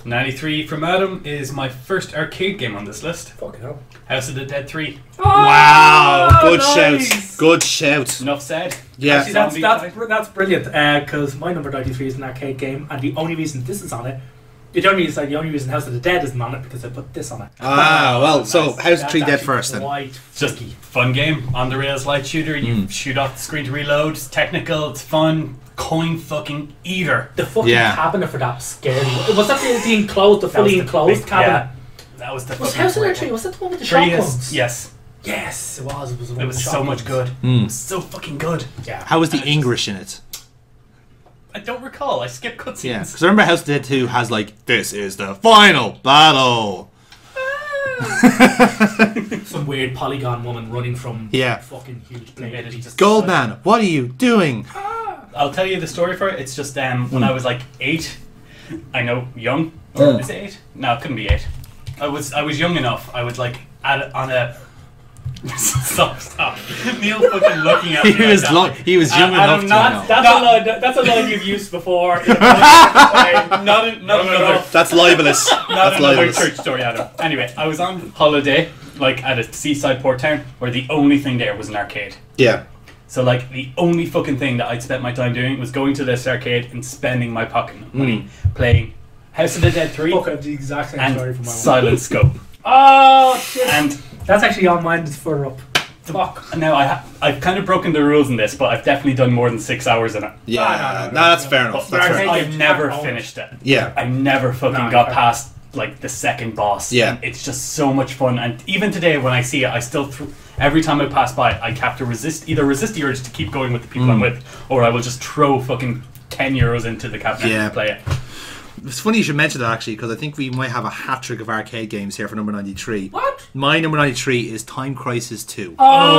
Speaker 3: 93 from Adam is my first arcade game on this list.
Speaker 2: Fucking hell.
Speaker 3: House of the Dead 3. Oh,
Speaker 1: Wow, good
Speaker 2: nice.
Speaker 1: shout. Good shout.
Speaker 3: Enough said.
Speaker 1: Yeah.
Speaker 2: Actually, that's
Speaker 3: Zombie
Speaker 2: that's
Speaker 3: fight.
Speaker 2: br- that's brilliant because my number ninety three is an arcade game, and the only reason this is on it, the only reason the only reason House of the Dead isn't on it because I put this on it.
Speaker 1: Ah, well, so
Speaker 3: Nice.
Speaker 1: House
Speaker 2: That's
Speaker 1: Tree Dead
Speaker 2: actually
Speaker 1: first then.
Speaker 2: Quite
Speaker 3: It's just a fun game. On the rails light shooter. You
Speaker 1: Hmm.
Speaker 3: shoot off the screen to reload. It's technical. It's fun. Coin fucking eater.
Speaker 2: the fucking
Speaker 1: Yeah.
Speaker 2: cabinet for that scary. Was that the, the enclosed, the fully
Speaker 3: the
Speaker 2: enclosed
Speaker 3: big-
Speaker 2: cabinet?
Speaker 3: yeah. that was the
Speaker 2: Was
Speaker 3: fucking
Speaker 2: House of the
Speaker 3: great
Speaker 2: Dead three?
Speaker 3: one.
Speaker 2: Was that the one with the
Speaker 3: Three
Speaker 2: shotguns?
Speaker 3: is, yes.
Speaker 2: Yes, it was. It was. the one
Speaker 3: It
Speaker 2: with
Speaker 3: was
Speaker 2: the
Speaker 3: so much good.
Speaker 2: shotguns.
Speaker 1: Hmm.
Speaker 3: So fucking good.
Speaker 2: Yeah.
Speaker 1: How is the
Speaker 3: I just-
Speaker 1: English in it?
Speaker 3: I don't recall. I skipped cutscenes.
Speaker 1: Yeah, because remember House of the Dead 2 has like, this is the final battle.
Speaker 2: some weird polygon woman running from
Speaker 1: Yeah.
Speaker 2: fucking huge
Speaker 3: They
Speaker 2: blade.
Speaker 3: did just-
Speaker 1: Goldman, what are you doing?
Speaker 3: I'll tell you the story for it. It's just um,
Speaker 1: Hmm.
Speaker 3: when I was like eight, I know young.
Speaker 1: Mm.
Speaker 3: Is it eight? No, it couldn't be eight. I was I was young enough. I was like at, on a. stop! Stop! Neil fucking looking at me.
Speaker 1: He
Speaker 3: like
Speaker 1: was
Speaker 3: that.
Speaker 1: lo- he was young
Speaker 3: I-
Speaker 1: enough to
Speaker 3: I'm not-
Speaker 1: know.
Speaker 2: That's
Speaker 3: That-
Speaker 2: a line. that- That's a line you've used before. in a podcast.
Speaker 3: Not, not another,
Speaker 1: That's libelous.
Speaker 3: not
Speaker 1: That's
Speaker 3: another
Speaker 1: libelous.
Speaker 3: church story, Adam. Anyway, I was on holiday, like at a seaside port town, where the only thing there was an arcade.
Speaker 1: Yeah.
Speaker 3: So like the only fucking thing that I'd spent my time doing was going to this arcade and spending my pocket money playing House of the Dead 3
Speaker 2: Fuck, I have the exact same story for
Speaker 3: and
Speaker 2: my one.
Speaker 3: Silent Scope.
Speaker 2: Oh shit!
Speaker 3: And
Speaker 2: That's actually on mine. It's further up. Fuck.
Speaker 3: now I ha- I've kind of broken the rules in this, but I've definitely done more than six hours in it.
Speaker 1: Yeah.
Speaker 2: Ah,
Speaker 1: no,
Speaker 2: no, no, no,
Speaker 1: that's
Speaker 2: no.
Speaker 1: fair enough.
Speaker 3: But
Speaker 1: Oh, That's
Speaker 2: I
Speaker 1: fair.
Speaker 2: think-
Speaker 3: I've never
Speaker 2: Oh.
Speaker 3: finished it.
Speaker 1: Yeah.
Speaker 3: I never fucking
Speaker 2: No,
Speaker 3: got
Speaker 2: fair.
Speaker 3: past like the second boss.
Speaker 1: Yeah.
Speaker 3: And it's just so much fun, and even today when I see it, I still th- every time I pass by, I have to resist either resist the urge to keep going with the people I'm with, or I will just throw fucking ten euros into the cabinet
Speaker 1: Yeah.
Speaker 3: and play it.
Speaker 1: It's funny you should mention that actually, because I think we might have a hat trick of arcade games here for number 93.
Speaker 2: What?
Speaker 1: My number 93 is Time Crisis 2.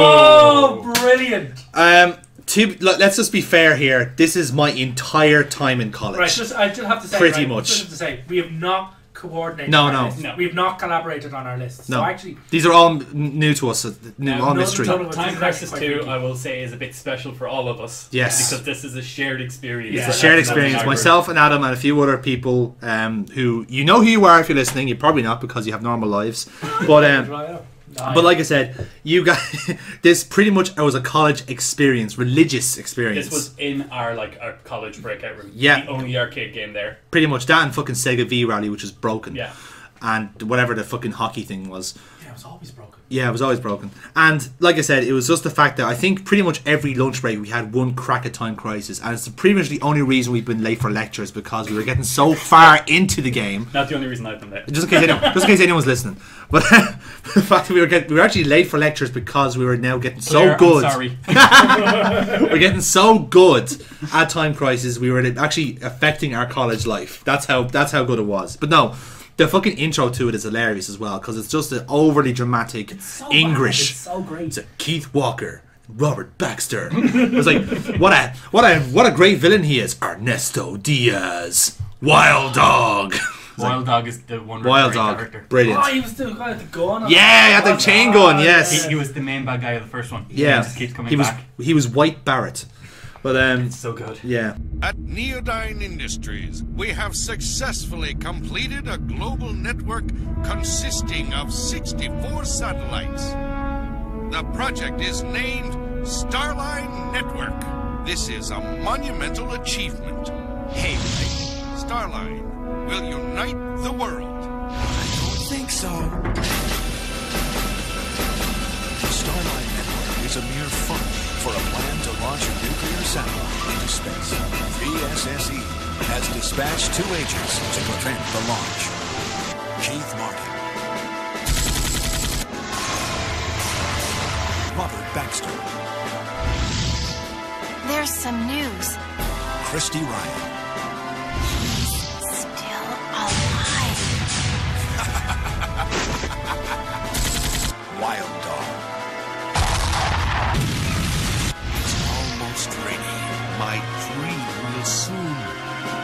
Speaker 2: Oh, brilliant!
Speaker 1: Um, to, let- let's just be fair here. This is my entire time in college.
Speaker 2: Right, just I just have to say,
Speaker 1: Pretty
Speaker 2: right,
Speaker 1: much.
Speaker 2: Just have to say, we have not coordinated.
Speaker 1: No,
Speaker 2: our
Speaker 1: no.
Speaker 2: lists.
Speaker 3: No.
Speaker 2: We have not collaborated on our lists.
Speaker 1: no,
Speaker 2: So actually,
Speaker 1: these are all n- new to us, uh, new,
Speaker 3: No,
Speaker 1: all
Speaker 2: no,
Speaker 1: mystery.
Speaker 2: no, no.
Speaker 3: Time
Speaker 2: It's
Speaker 3: Crisis
Speaker 2: quite
Speaker 3: 2,
Speaker 2: freaky.
Speaker 3: I will say, is a bit special for all of us.
Speaker 1: Yes.
Speaker 3: Because this is a shared experience.
Speaker 2: It's a
Speaker 3: that
Speaker 1: Shared
Speaker 3: happens in our
Speaker 1: experience.
Speaker 3: group.
Speaker 1: Myself and Adam and a few other people um, who you know who you are if you're listening. You're probably not because you have normal lives, but um,
Speaker 2: Right, yeah.
Speaker 1: but like I said, you guys, this pretty much was a college experience, religious experience.
Speaker 3: This was in our like our college breakout room.
Speaker 1: Yeah.
Speaker 3: The only arcade game there.
Speaker 1: pretty much that and fucking Sega V Rally, which was broken.
Speaker 3: Yeah.
Speaker 1: And whatever the fucking hockey thing was.
Speaker 2: yeah, it was always broken.
Speaker 1: Yeah, it was always broken. And like I said, it was just the fact that I think pretty much every lunch break we had one crack at time crisis, and it's pretty much the only reason we've been late for lectures because we were getting so far into the game.
Speaker 3: Not the only reason I've been there.
Speaker 1: Just in case anyone, just in case anyone's listening, but the fact that we were getting, we were actually late for lectures because we were now getting so
Speaker 3: Claire,
Speaker 1: good.
Speaker 3: I'm sorry.
Speaker 1: We're getting so good at time crisis. We were actually affecting our college life. That's how that's how good it was. But no, the fucking intro to it is hilarious as well because it's just an overly dramatic
Speaker 2: So
Speaker 1: English.
Speaker 2: bad, It's so great.
Speaker 1: It's like Keith Walker, Robert Baxter. it's like what a what a what a great villain he is, Ernesto Diaz, Wild Dog.
Speaker 3: Wild Dog is the one
Speaker 1: Wild Dog, brilliant.
Speaker 2: oh, he was the guy with the gun. Oh,
Speaker 1: Yeah, he had the chain gun, yes.
Speaker 3: He, he was the main bad guy of the first one.
Speaker 1: yeah,
Speaker 3: He just keeps coming
Speaker 1: he was
Speaker 3: back.
Speaker 1: he was White Barrett, but um,
Speaker 3: So good.
Speaker 1: yeah.
Speaker 5: At Neodyne Industries, we have successfully completed a global network consisting of 64 satellites. The project is named Starline Network. This is a monumental achievement. Hey, Starline will unite the world.
Speaker 6: don't think so. The Starlight Network is a mere front for a plan to launch a nuclear satellite into space. VSSE E has dispatched two agents to prevent the launch. Keith Martin. Robert Baxter.
Speaker 7: There's some news.
Speaker 6: Christy Ryan.
Speaker 7: Still alive.
Speaker 6: Wild Dog. It's almost ready.
Speaker 5: My dream will soon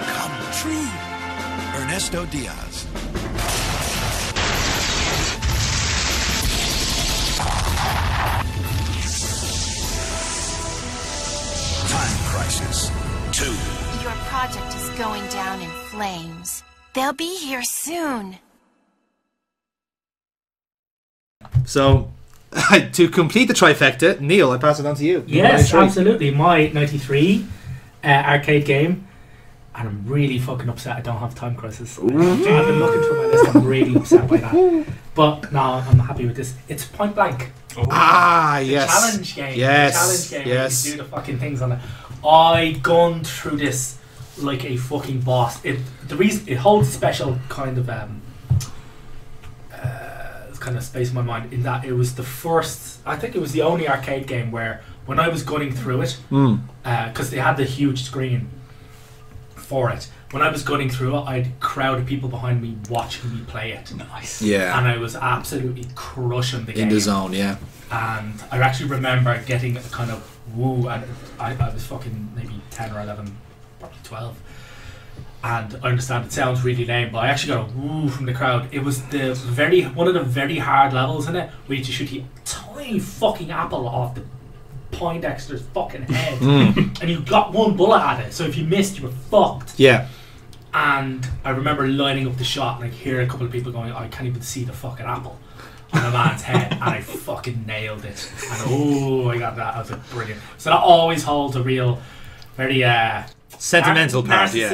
Speaker 5: come true.
Speaker 6: Ernesto Diaz. Time Crisis 2.
Speaker 7: Your project is going down in flames. They'll be here soon.
Speaker 1: So, to complete the trifecta, Neil, I pass it on to you.
Speaker 2: Yes,
Speaker 1: 93.
Speaker 2: absolutely. My 93 uh, arcade game. And I'm really fucking upset I don't have Time Crisis. I've been looking through my list. I'm really upset by that. But no, I'm happy with this. It's point blank.
Speaker 1: Ah, yes.
Speaker 2: Challenge game.
Speaker 1: Yes.
Speaker 2: Challenge game. where
Speaker 1: Yes.
Speaker 2: You do the fucking things on it. I gone through this like a fucking boss. It the reason it holds special kind of um uh, kind of space in my mind in that it was the first. I think it was the only arcade game where when I was gunning through it,
Speaker 1: Hmm.
Speaker 2: because they had the huge screen for it. When I was gunning through it, I had a crowd of people behind me watching me play it. Nice.
Speaker 1: Yeah.
Speaker 2: And I was absolutely crushing the game
Speaker 1: In the zone, yeah.
Speaker 2: and I actually remember getting a kind of woo, and I, I was fucking maybe 10 or 11, probably 12. And I understand it sounds really lame, but I actually got a woo from the crowd. It was the very one of the very hard levels in it where you just shoot the tiny fucking apple off the Poindexter's fucking head, and you got one bullet at it. So if you missed, you were fucked.
Speaker 1: Yeah.
Speaker 2: And I remember lining up the shot and I hear a couple of people going, I can't even see the fucking apple on a man's head. And I fucking nailed it. And oh, I got that. I was like, brilliant. So that always holds a real, very, uh,
Speaker 1: Sentimental
Speaker 2: nar-
Speaker 1: part, yeah.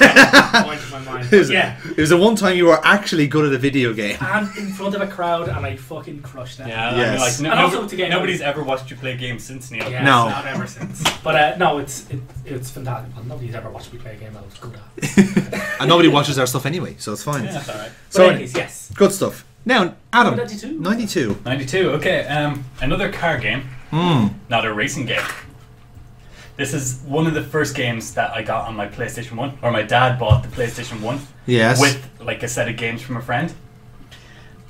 Speaker 2: yeah. point in my mind. But yeah.
Speaker 1: It was the one time you were actually good at a video game.
Speaker 2: And in front of a crowd and I fucking crushed that.
Speaker 3: Yeah,
Speaker 1: Yes.
Speaker 3: I mean, like,
Speaker 2: And
Speaker 3: no,
Speaker 2: also
Speaker 3: nobody-
Speaker 2: to get-
Speaker 3: nobody's ever watched you play games since Neil.
Speaker 2: Yeah,
Speaker 1: No.
Speaker 2: it's not ever since. But uh, no, it's it, it's fantastic. Well, nobody's ever watched me play a game I was good at.
Speaker 1: And nobody watches our stuff anyway, so it's fine.
Speaker 3: That's alright.
Speaker 2: But
Speaker 1: So-
Speaker 2: anyways, yes.
Speaker 1: Good stuff. Now, Adam.
Speaker 2: 92.
Speaker 1: 92.
Speaker 3: 92, okay. Um, another car game. Not a racing game. This is one of the first games that I got on my PlayStation 1, or my dad bought the PlayStation 1.
Speaker 1: Yes.
Speaker 3: With like a set of games from a friend.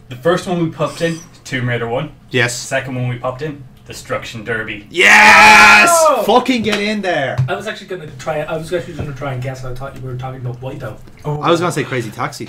Speaker 3: The first one we popped in, Tomb Raider 1. The
Speaker 1: Yes.
Speaker 3: second one we popped in, Destruction Derby.
Speaker 1: Yes!
Speaker 2: Oh!
Speaker 1: Fucking get in there.
Speaker 2: I was actually gonna try. I was actually gonna try and guess. And I thought you were talking about white out.
Speaker 1: I was going to say Crazy Taxi.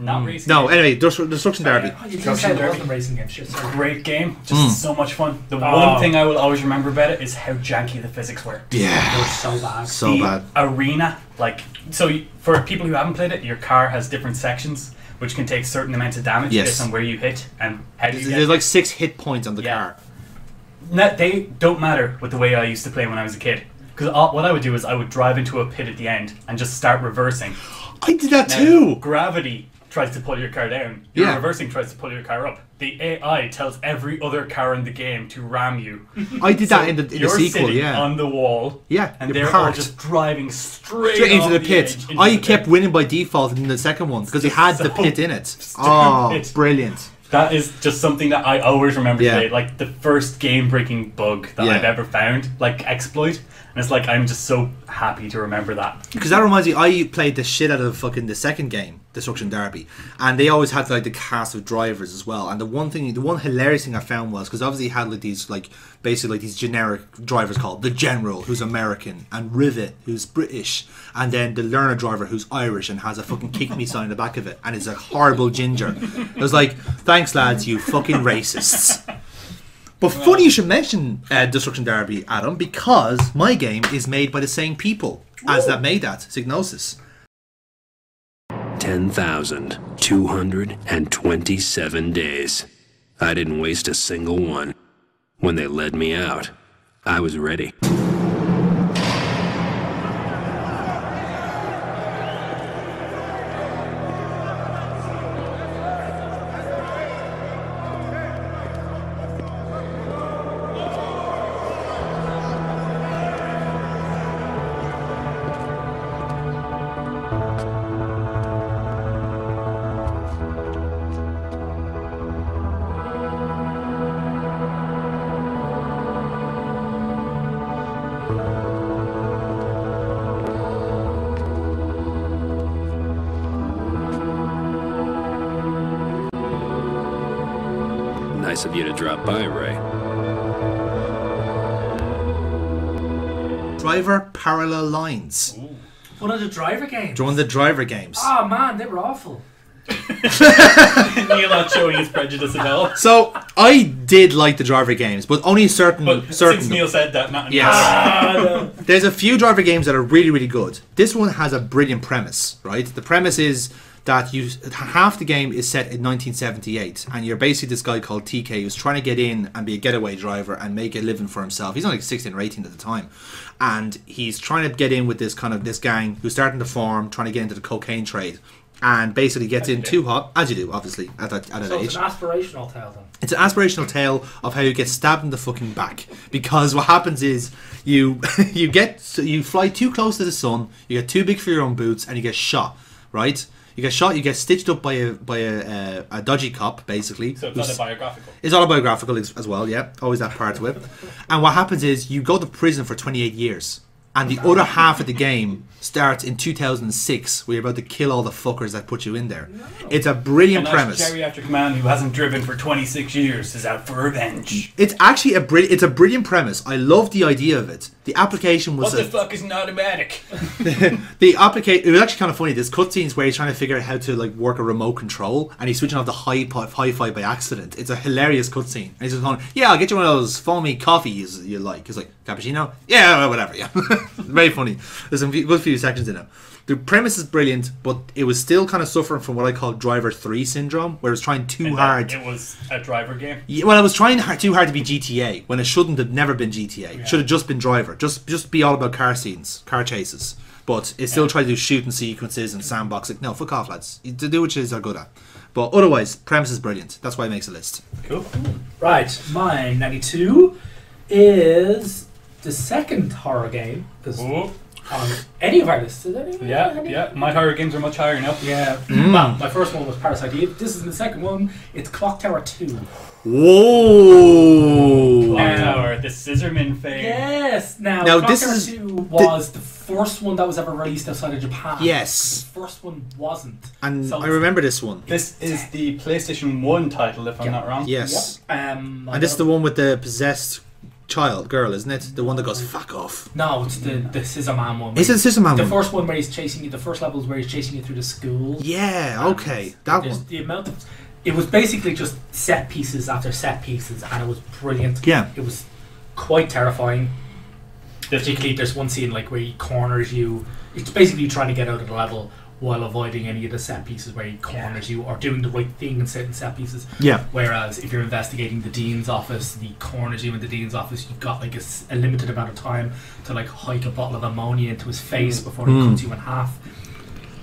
Speaker 3: Not racing.
Speaker 1: No, anyway, Destru- Destruction Derby.
Speaker 2: Oh, you did say there wasn't racing game. Shit, sorry.
Speaker 3: Great game, just so much fun. The one
Speaker 2: Oh.
Speaker 3: thing I will always remember about it is how janky the physics were.
Speaker 2: They were
Speaker 1: Yeah.
Speaker 2: so bad.
Speaker 1: So
Speaker 3: the
Speaker 1: bad.
Speaker 3: arena like so y- for people who haven't played it your car has different sections which can take certain amounts of damage
Speaker 1: Yes.
Speaker 3: based on where you hit and how do you
Speaker 1: There's
Speaker 3: get
Speaker 1: like six hit points on the
Speaker 3: Yeah.
Speaker 1: car.
Speaker 3: No, they don't matter with the way I used to play when I was a kid because what I would do is I would drive into a pit at the end and just start reversing
Speaker 1: I did that
Speaker 3: Now,
Speaker 1: too.
Speaker 3: gravity tries to pull your car down your
Speaker 1: Yeah.
Speaker 3: reversing tries to pull your car up the AI tells every other car in the game to ram you
Speaker 1: I did that in the, in the
Speaker 3: you're
Speaker 1: sequel,
Speaker 3: sitting
Speaker 1: yeah.
Speaker 3: on the wall
Speaker 1: Yeah,
Speaker 3: and
Speaker 1: you're
Speaker 3: they're all
Speaker 1: parked.
Speaker 3: just driving straight,
Speaker 1: Straight into
Speaker 3: off
Speaker 1: the pit.
Speaker 3: edge into
Speaker 1: I
Speaker 3: the
Speaker 1: kept
Speaker 3: pit.
Speaker 1: winning by default in the second one because he had the
Speaker 3: So
Speaker 1: pit in it. Oh,
Speaker 3: stupid.
Speaker 1: brilliant.
Speaker 3: That is just something that I always remember
Speaker 1: Yeah.
Speaker 3: today. Like the first game breaking bug that
Speaker 1: Yeah.
Speaker 3: I've ever found, like exploit. And it's like I'm just so happy to remember that.
Speaker 1: Because that reminds me, I played the shit out of fucking the second game, Destruction Derby, and they always had like the cast of drivers as well. And the one thing, the one hilarious thing I found was because obviously you had like these like basically like these generic drivers called the General, who's American, and Rivet, who's British, and then the Learner driver, who's Irish and has a fucking kick me sign in the back of it, and is a horrible ginger. It was like, thanks lads, you fucking racists. But funny you should mention uh, Destruction Derby, Adam, because my game is made by the same people as that made that, Signosis.
Speaker 8: 10,227 days. I didn't waste a single one. When they led me out, I was ready. Nice of you to drop by, Ray.
Speaker 1: Driver Parallel Lines.
Speaker 2: One of the driver games.
Speaker 1: During the driver games.
Speaker 2: Oh man, they were awful.
Speaker 3: Neil not showing his prejudice at all.
Speaker 1: So I did like the driver games, but only certain
Speaker 3: But
Speaker 1: certain.
Speaker 3: since Neil said that, not
Speaker 1: Yes. Ah, There's a few driver games that are really, really good. This one has a brilliant premise, right? The premise is that you half the game is set in 1978, and you're basically this guy called TK who's trying to get in and be a getaway driver and make a living for himself. He's only like 16 or 18 at the time, and he's trying to get in with this kind of this gang who's starting to form, trying to get into the cocaine trade. And basically gets in too hot, as you do, obviously, at that at an
Speaker 2: So
Speaker 1: age.
Speaker 2: it's an aspirational tale then.
Speaker 1: It's an aspirational tale of how you get stabbed in the fucking back because what happens is you you get so you fly too close to the sun, you get too big for your own boots, and you get shot. Right? You get shot. You get stitched up by a by a, uh, a dodgy cop, basically.
Speaker 3: So it's
Speaker 1: who's-
Speaker 3: not a biographical.
Speaker 1: it's autobiographical as as well, yeah. Always that part to it. And what happens is you go to prison for 28 years, and the other half of the game starts in 2006, where you're about to kill all the fuckers that put you in there. It's a brilliant premise.
Speaker 3: geriatric man who hasn't driven for 26 years is out for revenge.
Speaker 1: It's actually a brilliant. It's a brilliant premise. I love the idea of it. The application was
Speaker 3: What the
Speaker 1: a,
Speaker 3: fuck is an automatic?
Speaker 1: the application. It was actually kind of funny. There's cutscenes where he's trying to figure out how to like work a remote control, and he's switching off the hi hi-fi by accident. It's a hilarious cutscene. And he's just going, "Yeah, I'll get you one of those foamy coffees you like." He's like, "Cappuccino? Yeah, whatever." Yeah, very funny. There's a few, good few sections in it. The premise is brilliant, but it was still kind of suffering from what I call driver three syndrome, where it was trying too hard.
Speaker 3: It was a driver game.
Speaker 1: Yeah, well, I was trying hard, too hard to be GTA when it shouldn't have never been GTA. Should have just been driver. Just just be all about car scenes, car chases. But it still tried to do shooting sequences and sandbox. Like, no, fuck off, lads. You do what you're good at. But otherwise, premise is brilliant. That's why it makes a list.
Speaker 3: Cool.
Speaker 2: Right, my ninety-two is the second horror game because
Speaker 3: Oh,
Speaker 2: on any of our lists, is anyone?
Speaker 3: yeah, yeah. My horror games are much higher now.
Speaker 2: Yeah.
Speaker 1: Mm.
Speaker 2: Well, my first one was Parasite Eve. This is the second one. It's Clock Tower Two.
Speaker 1: Whoa!
Speaker 3: Clock Tower, the Scissorman fame.
Speaker 2: Yes. Now,
Speaker 1: Now,
Speaker 2: Clock
Speaker 1: this
Speaker 2: Tower
Speaker 1: is-
Speaker 2: Two was the first one that was ever released outside of Japan. The
Speaker 1: Yes,
Speaker 2: first one wasn't.
Speaker 1: and
Speaker 2: So
Speaker 1: I
Speaker 2: it's-
Speaker 1: remember this one.
Speaker 3: This is the PlayStation 1 title, if I'm not wrong.
Speaker 1: Yes,
Speaker 2: Um,
Speaker 1: and this is the one with the possessed child girl, isn't it? The one that goes "fuck off."
Speaker 2: No, it's the the Scissor Man one.
Speaker 1: Is it the System Man
Speaker 2: the
Speaker 1: one?
Speaker 2: first one where he's chasing you? The first level is where he's chasing you through the school.
Speaker 1: Yeah. Okay, that
Speaker 2: There's
Speaker 1: one.
Speaker 2: The amount of it was basically just set pieces after set pieces, and it was brilliant.
Speaker 1: Yeah.
Speaker 2: it was quite terrifying.
Speaker 3: This
Speaker 2: Particularly, there's one scene like where he corners you. It's basically you trying to get out of the level while avoiding any of the set pieces where he corners you or doing the right thing in certain set pieces.
Speaker 1: Yeah.
Speaker 2: Whereas if you're investigating the dean's office, and he corners you in the dean's office. You've got like a, s- a limited amount of time to like hike a bottle of ammonia into his
Speaker 1: Mm.
Speaker 2: face before he cuts you in half.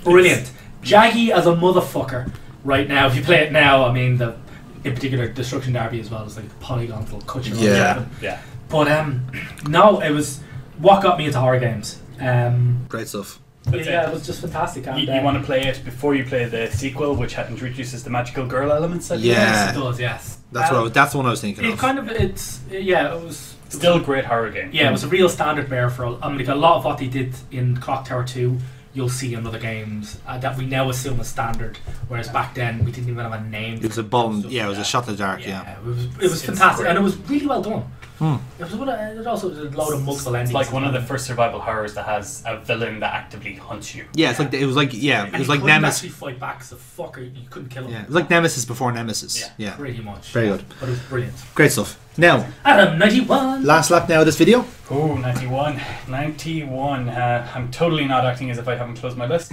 Speaker 2: Brilliant, jaggy as a motherfucker. Right now, if you play it now, I mean the in particular destruction derby as well is like polygons will cut you. on the
Speaker 1: Yeah.
Speaker 2: head.
Speaker 3: Yeah.
Speaker 2: But um, no, it was what got me into horror games. Um,
Speaker 1: Great stuff.
Speaker 3: That's
Speaker 2: yeah,
Speaker 3: it.
Speaker 2: it was just fantastic. And,
Speaker 3: You,
Speaker 2: uh,
Speaker 3: you want to play it before you play the sequel, which ha- introduces the magical girl elements. I think.
Speaker 1: Yeah.
Speaker 2: Yes, it does. Yes,
Speaker 1: That's
Speaker 2: Um,
Speaker 1: what I was, that's the one I was thinking
Speaker 2: It
Speaker 1: of.
Speaker 2: kind of it's yeah. It was
Speaker 3: Still a great horror game.
Speaker 2: yeah. It was a real standard bearer for. a- I mean, like a lot of what they did in Clock Tower Two, you'll see in other games uh, that we now assume is standard. Whereas back then we didn't even have a name.
Speaker 1: It was a bomb. Yeah, it was a shot in the dark. Yeah.
Speaker 2: Yeah, it was, it was fantastic, and it was really well done.
Speaker 1: Hmm.
Speaker 2: It was one of, it also did a load of multiple endings.
Speaker 3: It's like one of the first survival horrors that has a villain that actively hunts you.
Speaker 1: Yeah, it's like it was like yeah, it
Speaker 2: And
Speaker 1: was
Speaker 2: he
Speaker 1: like
Speaker 2: couldn't
Speaker 1: Nemesis.
Speaker 2: Actually, fight back as a fucker. You couldn't kill him.
Speaker 1: Yeah, it was like Nemesis before Nemesis. Yeah.
Speaker 2: pretty much.
Speaker 1: Very good.
Speaker 2: But it was brilliant.
Speaker 1: Great stuff. Now,
Speaker 2: Adam ninety one.
Speaker 1: last lap now of this video.
Speaker 3: Oh, 91. 91. Uh, I'm totally not acting as if I haven't closed my list.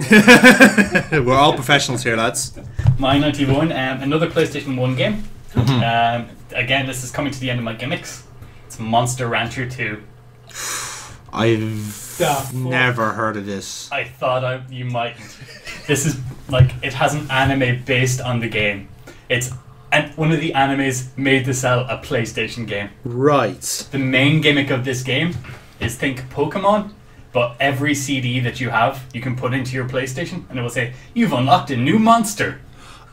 Speaker 1: We're all professionals here, lads.
Speaker 3: my 91, um, another PlayStation 1 game. Um, again, this is coming to the end of my gimmicks. It's Monster Rancher 2.
Speaker 1: I've never heard of this.
Speaker 3: I thought I, you might. This is like it has an anime based on the game. It's and one of the animes made to sell a PlayStation game.
Speaker 1: Right.
Speaker 3: The main gimmick of this game is think Pokemon, but every CD that you have, you can put into your PlayStation, and it will say you've unlocked a new monster.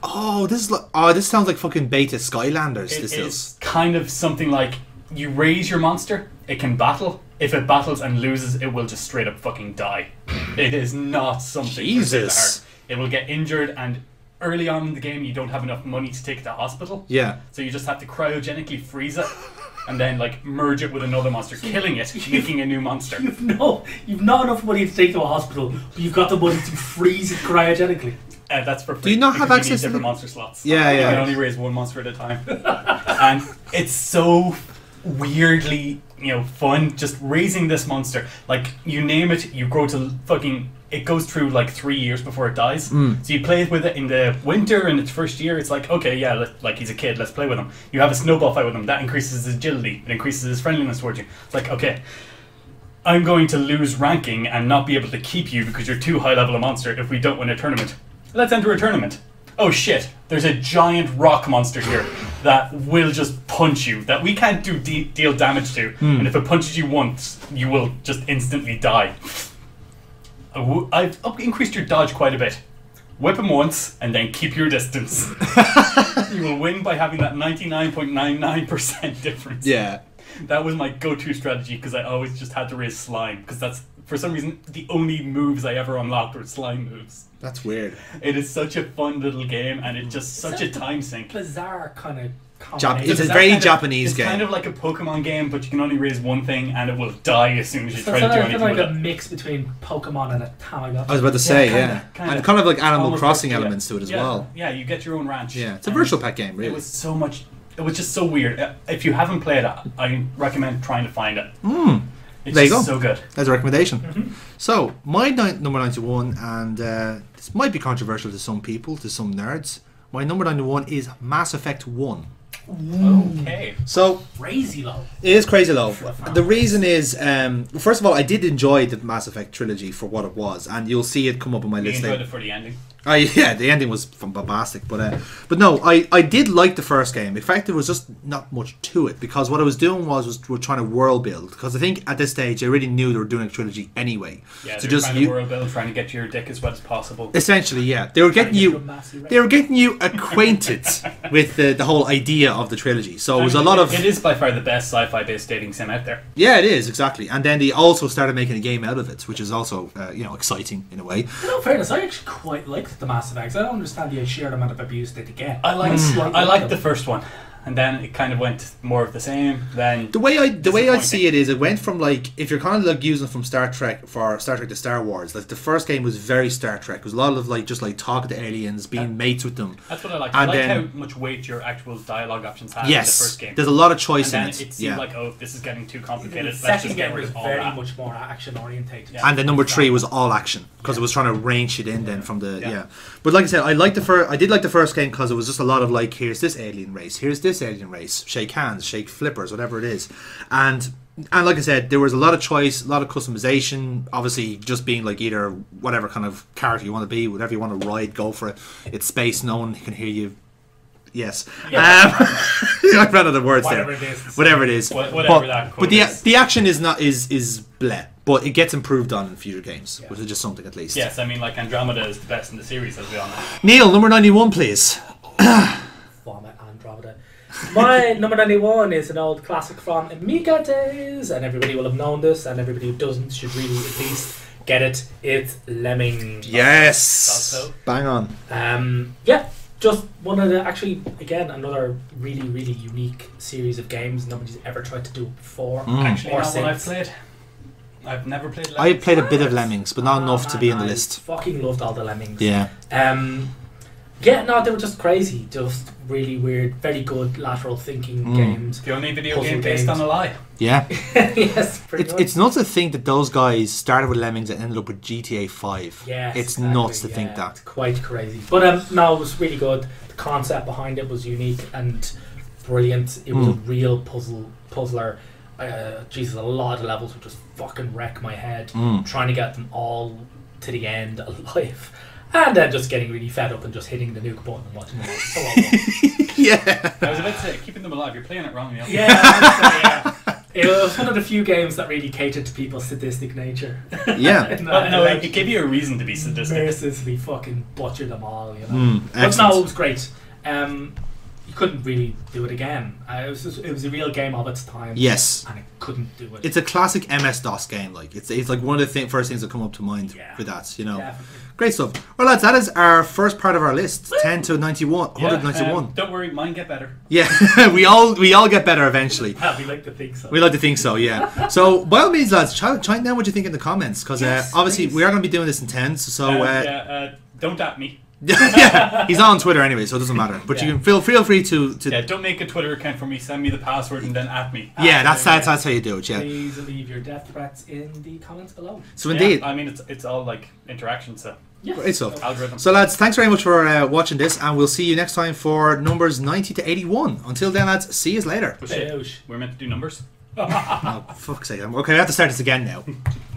Speaker 1: Oh, this is like, oh, this sounds like fucking beta Skylanders.
Speaker 3: It
Speaker 1: this
Speaker 3: is
Speaker 1: is.
Speaker 3: kind of something like you raise your monster, it can battle. If it battles and loses, it will just straight up fucking die. It is not something. for
Speaker 1: Jesus.
Speaker 3: the hard. It will get injured, and early on in the game, you don't have enough money to take it to hospital.
Speaker 1: Yeah.
Speaker 3: So you just have to cryogenically freeze it. and then like merge it with another monster, killing it, making a new monster.
Speaker 2: You've no, you've not enough money to take to a hospital, but you've got the money to freeze it cryogenically.
Speaker 3: Uh, that's for free.
Speaker 1: you not have
Speaker 3: because need
Speaker 1: access to
Speaker 3: different
Speaker 1: the-
Speaker 3: monster slots?
Speaker 1: Yeah,
Speaker 3: You
Speaker 1: yeah.
Speaker 3: can only raise one monster at a time, and it's so weirdly, you know, fun. Just raising this monster, like you name it, you grow to fucking. It goes through like three years before it dies.
Speaker 1: Mm.
Speaker 3: So you play with it in the winter in its first year. It's like okay, yeah, let, like he's a kid. Let's play with him. You have a snowball fight with him. That increases his agility. It increases his friendliness towards you. It's like okay, I'm going to lose ranking and not be able to keep you because you're too high level a monster if we don't win a tournament. Let's enter a tournament. Oh shit, there's a giant rock monster here that will just punch you, that we can't do de- deal damage to, and if it punches you once, you will just instantly die. I w- I've up- increased your dodge quite a bit. Whip him once and then keep your distance. you will win by having that 99.99% difference
Speaker 1: Yeah.
Speaker 3: that was my go-to strategy because I always just had to raise slime because that's for some reason the only moves I ever unlocked were slime moves.
Speaker 1: That's weird.
Speaker 3: It is such a fun little game and it's just such a time sink.
Speaker 2: Bizarre kind of.
Speaker 1: Jap-
Speaker 2: combination.
Speaker 1: it's a
Speaker 2: Is that
Speaker 1: very
Speaker 2: kind of-
Speaker 1: Japanese
Speaker 3: It's
Speaker 1: game.
Speaker 3: kind of like a Pokemon game, but you can only raise one thing and it will die as soon as you
Speaker 2: So
Speaker 3: try
Speaker 2: it's
Speaker 3: to do
Speaker 2: like,
Speaker 3: anything
Speaker 2: like
Speaker 3: with
Speaker 2: a
Speaker 3: it.
Speaker 2: mix between Pokemon and a Tamagotchi.
Speaker 1: I was about to say, yeah.
Speaker 3: kinda, kinda.
Speaker 1: And kind of like Animal
Speaker 3: Almost
Speaker 1: Crossing
Speaker 3: like- yeah.
Speaker 1: elements to it as
Speaker 3: Yeah,
Speaker 1: well.
Speaker 3: Yeah, you get your own ranch.
Speaker 1: Yeah, it's a
Speaker 3: And
Speaker 1: virtual pet game, really.
Speaker 3: It was so much. It was just so weird. Uh, If you haven't played it, I recommend trying to find it. It's
Speaker 1: Hmm. There you
Speaker 3: just
Speaker 1: go.
Speaker 3: so good.
Speaker 1: as a recommendation.
Speaker 3: Mm-hmm.
Speaker 1: So my ni- number ninety-one, and uh, this might be controversial to some people, to some nerds. My number ninety-one is Mass Effect One.
Speaker 3: Okay.
Speaker 1: So
Speaker 2: crazy low.
Speaker 1: it is crazy low. The reason is, um, first of all, I did enjoy the Mass Effect trilogy for what it was, and you'll see it come up on my
Speaker 3: You
Speaker 1: list.
Speaker 3: enjoyed
Speaker 1: later.
Speaker 3: it for the ending.
Speaker 1: Uh, yeah, the ending was from bombastic, but uh, but no, I, I did like the first game. In fact, there was just not much to it because what I was doing was was we're trying to world build because I think at this stage I already knew they were doing a trilogy anyway.
Speaker 3: Yeah,
Speaker 1: so
Speaker 3: they're
Speaker 1: just
Speaker 3: trying
Speaker 1: you,
Speaker 3: to world build, trying to get your dick as wet as possible.
Speaker 1: essentially, yeah, they were getting
Speaker 2: get
Speaker 1: you
Speaker 2: you a massive
Speaker 1: they were getting you acquainted with the, the whole idea of the trilogy. So it was a lot of
Speaker 3: It is by far the best sci-fi based dating sim out there.
Speaker 1: yeah, it is exactly. And then they also started making a game out of it, which is also uh, you know exciting in a way.
Speaker 2: In all fairness, I actually quite liked the Mass Effects. I don't understand the sheer amount of abuse that they get.
Speaker 3: I liked
Speaker 2: Mm.
Speaker 3: I liked the first one, and then it kind of went more of the same. Then
Speaker 1: The way I the way I see it is it went from like if you're kind of like using from Star Trek for Star Trek to Star Wars like the first game was very Star Trek it was a lot of like just like talking to aliens being mates with them
Speaker 3: that's what I liked. I
Speaker 1: and
Speaker 3: liked
Speaker 1: then
Speaker 3: how much weight your actual dialogue options had in the
Speaker 1: yes
Speaker 3: first game.
Speaker 1: there's a lot of
Speaker 3: and
Speaker 1: choice in
Speaker 3: then
Speaker 1: it,
Speaker 3: it seemed
Speaker 1: yeah
Speaker 3: like oh this is getting too complicated.
Speaker 2: The
Speaker 3: Let's just
Speaker 2: second
Speaker 3: get
Speaker 2: game
Speaker 3: rid
Speaker 2: was
Speaker 3: of all
Speaker 2: very
Speaker 3: that.
Speaker 2: much more action orientated.
Speaker 1: and then number three was all action because it was trying to rein shit in then from the yeah. But like I said, I liked the first. I did like the first game because it was just a lot of like, here's this alien race, here's this alien race, shake hands, shake flippers, whatever it is, and and like I said, there was a lot of choice, a lot of customization. Obviously, just being like either whatever kind of character you want to be, whatever you want to ride, go for it. It's space, no one can hear you. Yes, um, I ran out of words
Speaker 2: Whatever it
Speaker 1: there.
Speaker 2: is.
Speaker 1: Whatever it is,
Speaker 3: Wha- whatever
Speaker 1: but,
Speaker 3: that
Speaker 1: but
Speaker 3: quote
Speaker 1: the,
Speaker 3: is.
Speaker 1: the action is not is is bleh, but it gets improved on in future games, which is just something at least.
Speaker 3: Yes, I mean like Andromeda is the best in the series as we all know.
Speaker 1: Neil, number ninety-one, please.
Speaker 2: Vomit Andromeda. My number 91 is an old classic from Amiga days, and everybody will have known this, and everybody who doesn't should really at least get it. It's Lemming.
Speaker 1: Yes,
Speaker 3: Also-
Speaker 1: bang on.
Speaker 2: Um, yeah, just one of the actually again another really really unique series of games nobody's ever tried to do before
Speaker 1: Mm,
Speaker 3: Actually,
Speaker 2: or
Speaker 3: not what I've
Speaker 2: since.
Speaker 3: played. I've never played. Lemmings.
Speaker 1: I played a bit of Lemmings, but not enough to be in the
Speaker 2: I
Speaker 1: list.
Speaker 2: Fucking loved all the Lemmings.
Speaker 1: Yeah,
Speaker 2: Um, yeah, no, they were just crazy, just really weird, very good lateral thinking
Speaker 1: Mm.
Speaker 2: games.
Speaker 3: the only video
Speaker 2: Puzzle
Speaker 3: game based
Speaker 2: games.
Speaker 3: on a lie.
Speaker 1: yeah.
Speaker 2: yes, pretty
Speaker 1: It's
Speaker 2: much.
Speaker 1: it's nuts to think that those guys started with Lemmings and ended up with GTA Five.
Speaker 2: Yes,
Speaker 1: it's
Speaker 2: exactly,
Speaker 1: nuts to
Speaker 2: yeah,
Speaker 1: think that.
Speaker 2: It's quite crazy. But um, no, it was really good. The concept behind it was unique and brilliant. It was
Speaker 1: Mm.
Speaker 2: a real puzzle puzzler. Uh, Jesus, a lot of levels would just fucking wreck my head
Speaker 1: Mm.
Speaker 2: trying to get them all to the end alive. And then just getting really fed up and just hitting the nuke button and watching it. So well done.
Speaker 1: Yeah,
Speaker 3: I was about to say keeping them alive. You're playing it wrong. Neil.
Speaker 2: yeah, I'd say, yeah. It was one of the few games that really catered to people's sadistic nature.
Speaker 1: yeah.
Speaker 3: Well, Uh, no, it, it gave you a reason to be sadistic.
Speaker 2: mercilessly fucking butcher them all, you know. but
Speaker 1: Hmm, excellent.
Speaker 2: no, it was great. Um, you couldn't really do it again. Uh, it was just, it was a real game of its time.
Speaker 1: Yes.
Speaker 2: and it couldn't do it.
Speaker 1: It's a classic MS DOS game. Like it's it's like one of the thi- first things that come up to mind
Speaker 2: Yeah.
Speaker 1: with that. You know,
Speaker 2: Definitely.
Speaker 1: great stuff. Well, lads, that is our first part of our list. Ten to ninety one,
Speaker 3: Yeah,
Speaker 1: hundred ninety
Speaker 3: um,
Speaker 1: one.
Speaker 3: don't worry, mine get better.
Speaker 1: Yeah, we all we all get better eventually.
Speaker 2: Happy like to think so.
Speaker 1: We like to think so, yeah. So, by all means, lads, chime, chime down what you think in the comments because
Speaker 3: Yes,
Speaker 1: uh, obviously
Speaker 3: please.
Speaker 1: we are going to be doing this in tens. So,
Speaker 3: Uh,
Speaker 1: uh,
Speaker 3: yeah, uh, don't at me.
Speaker 1: yeah, he's on Twitter anyway, so it doesn't matter. But you
Speaker 3: Yeah.
Speaker 1: can feel feel free to to
Speaker 3: Yeah,
Speaker 1: yeah,
Speaker 3: don't make a Twitter account for me. Send me the password and then at me.
Speaker 1: that's that's that's how you do it. Yeah.
Speaker 2: Please leave your death threats in the comments below.
Speaker 1: So
Speaker 3: Yeah,
Speaker 1: indeed,
Speaker 3: I mean, it's it's all like interaction, so
Speaker 2: Yes.
Speaker 1: great stuff.
Speaker 3: algorithm.
Speaker 1: So, lads, thanks very much for uh, watching this, and we'll see you next time for numbers ninety to eighty one. Until then, lads, see you later.
Speaker 3: Oh, shit. We're meant to do numbers.
Speaker 1: Oh, fuck's sake! I'm- Okay, I have to start this again now.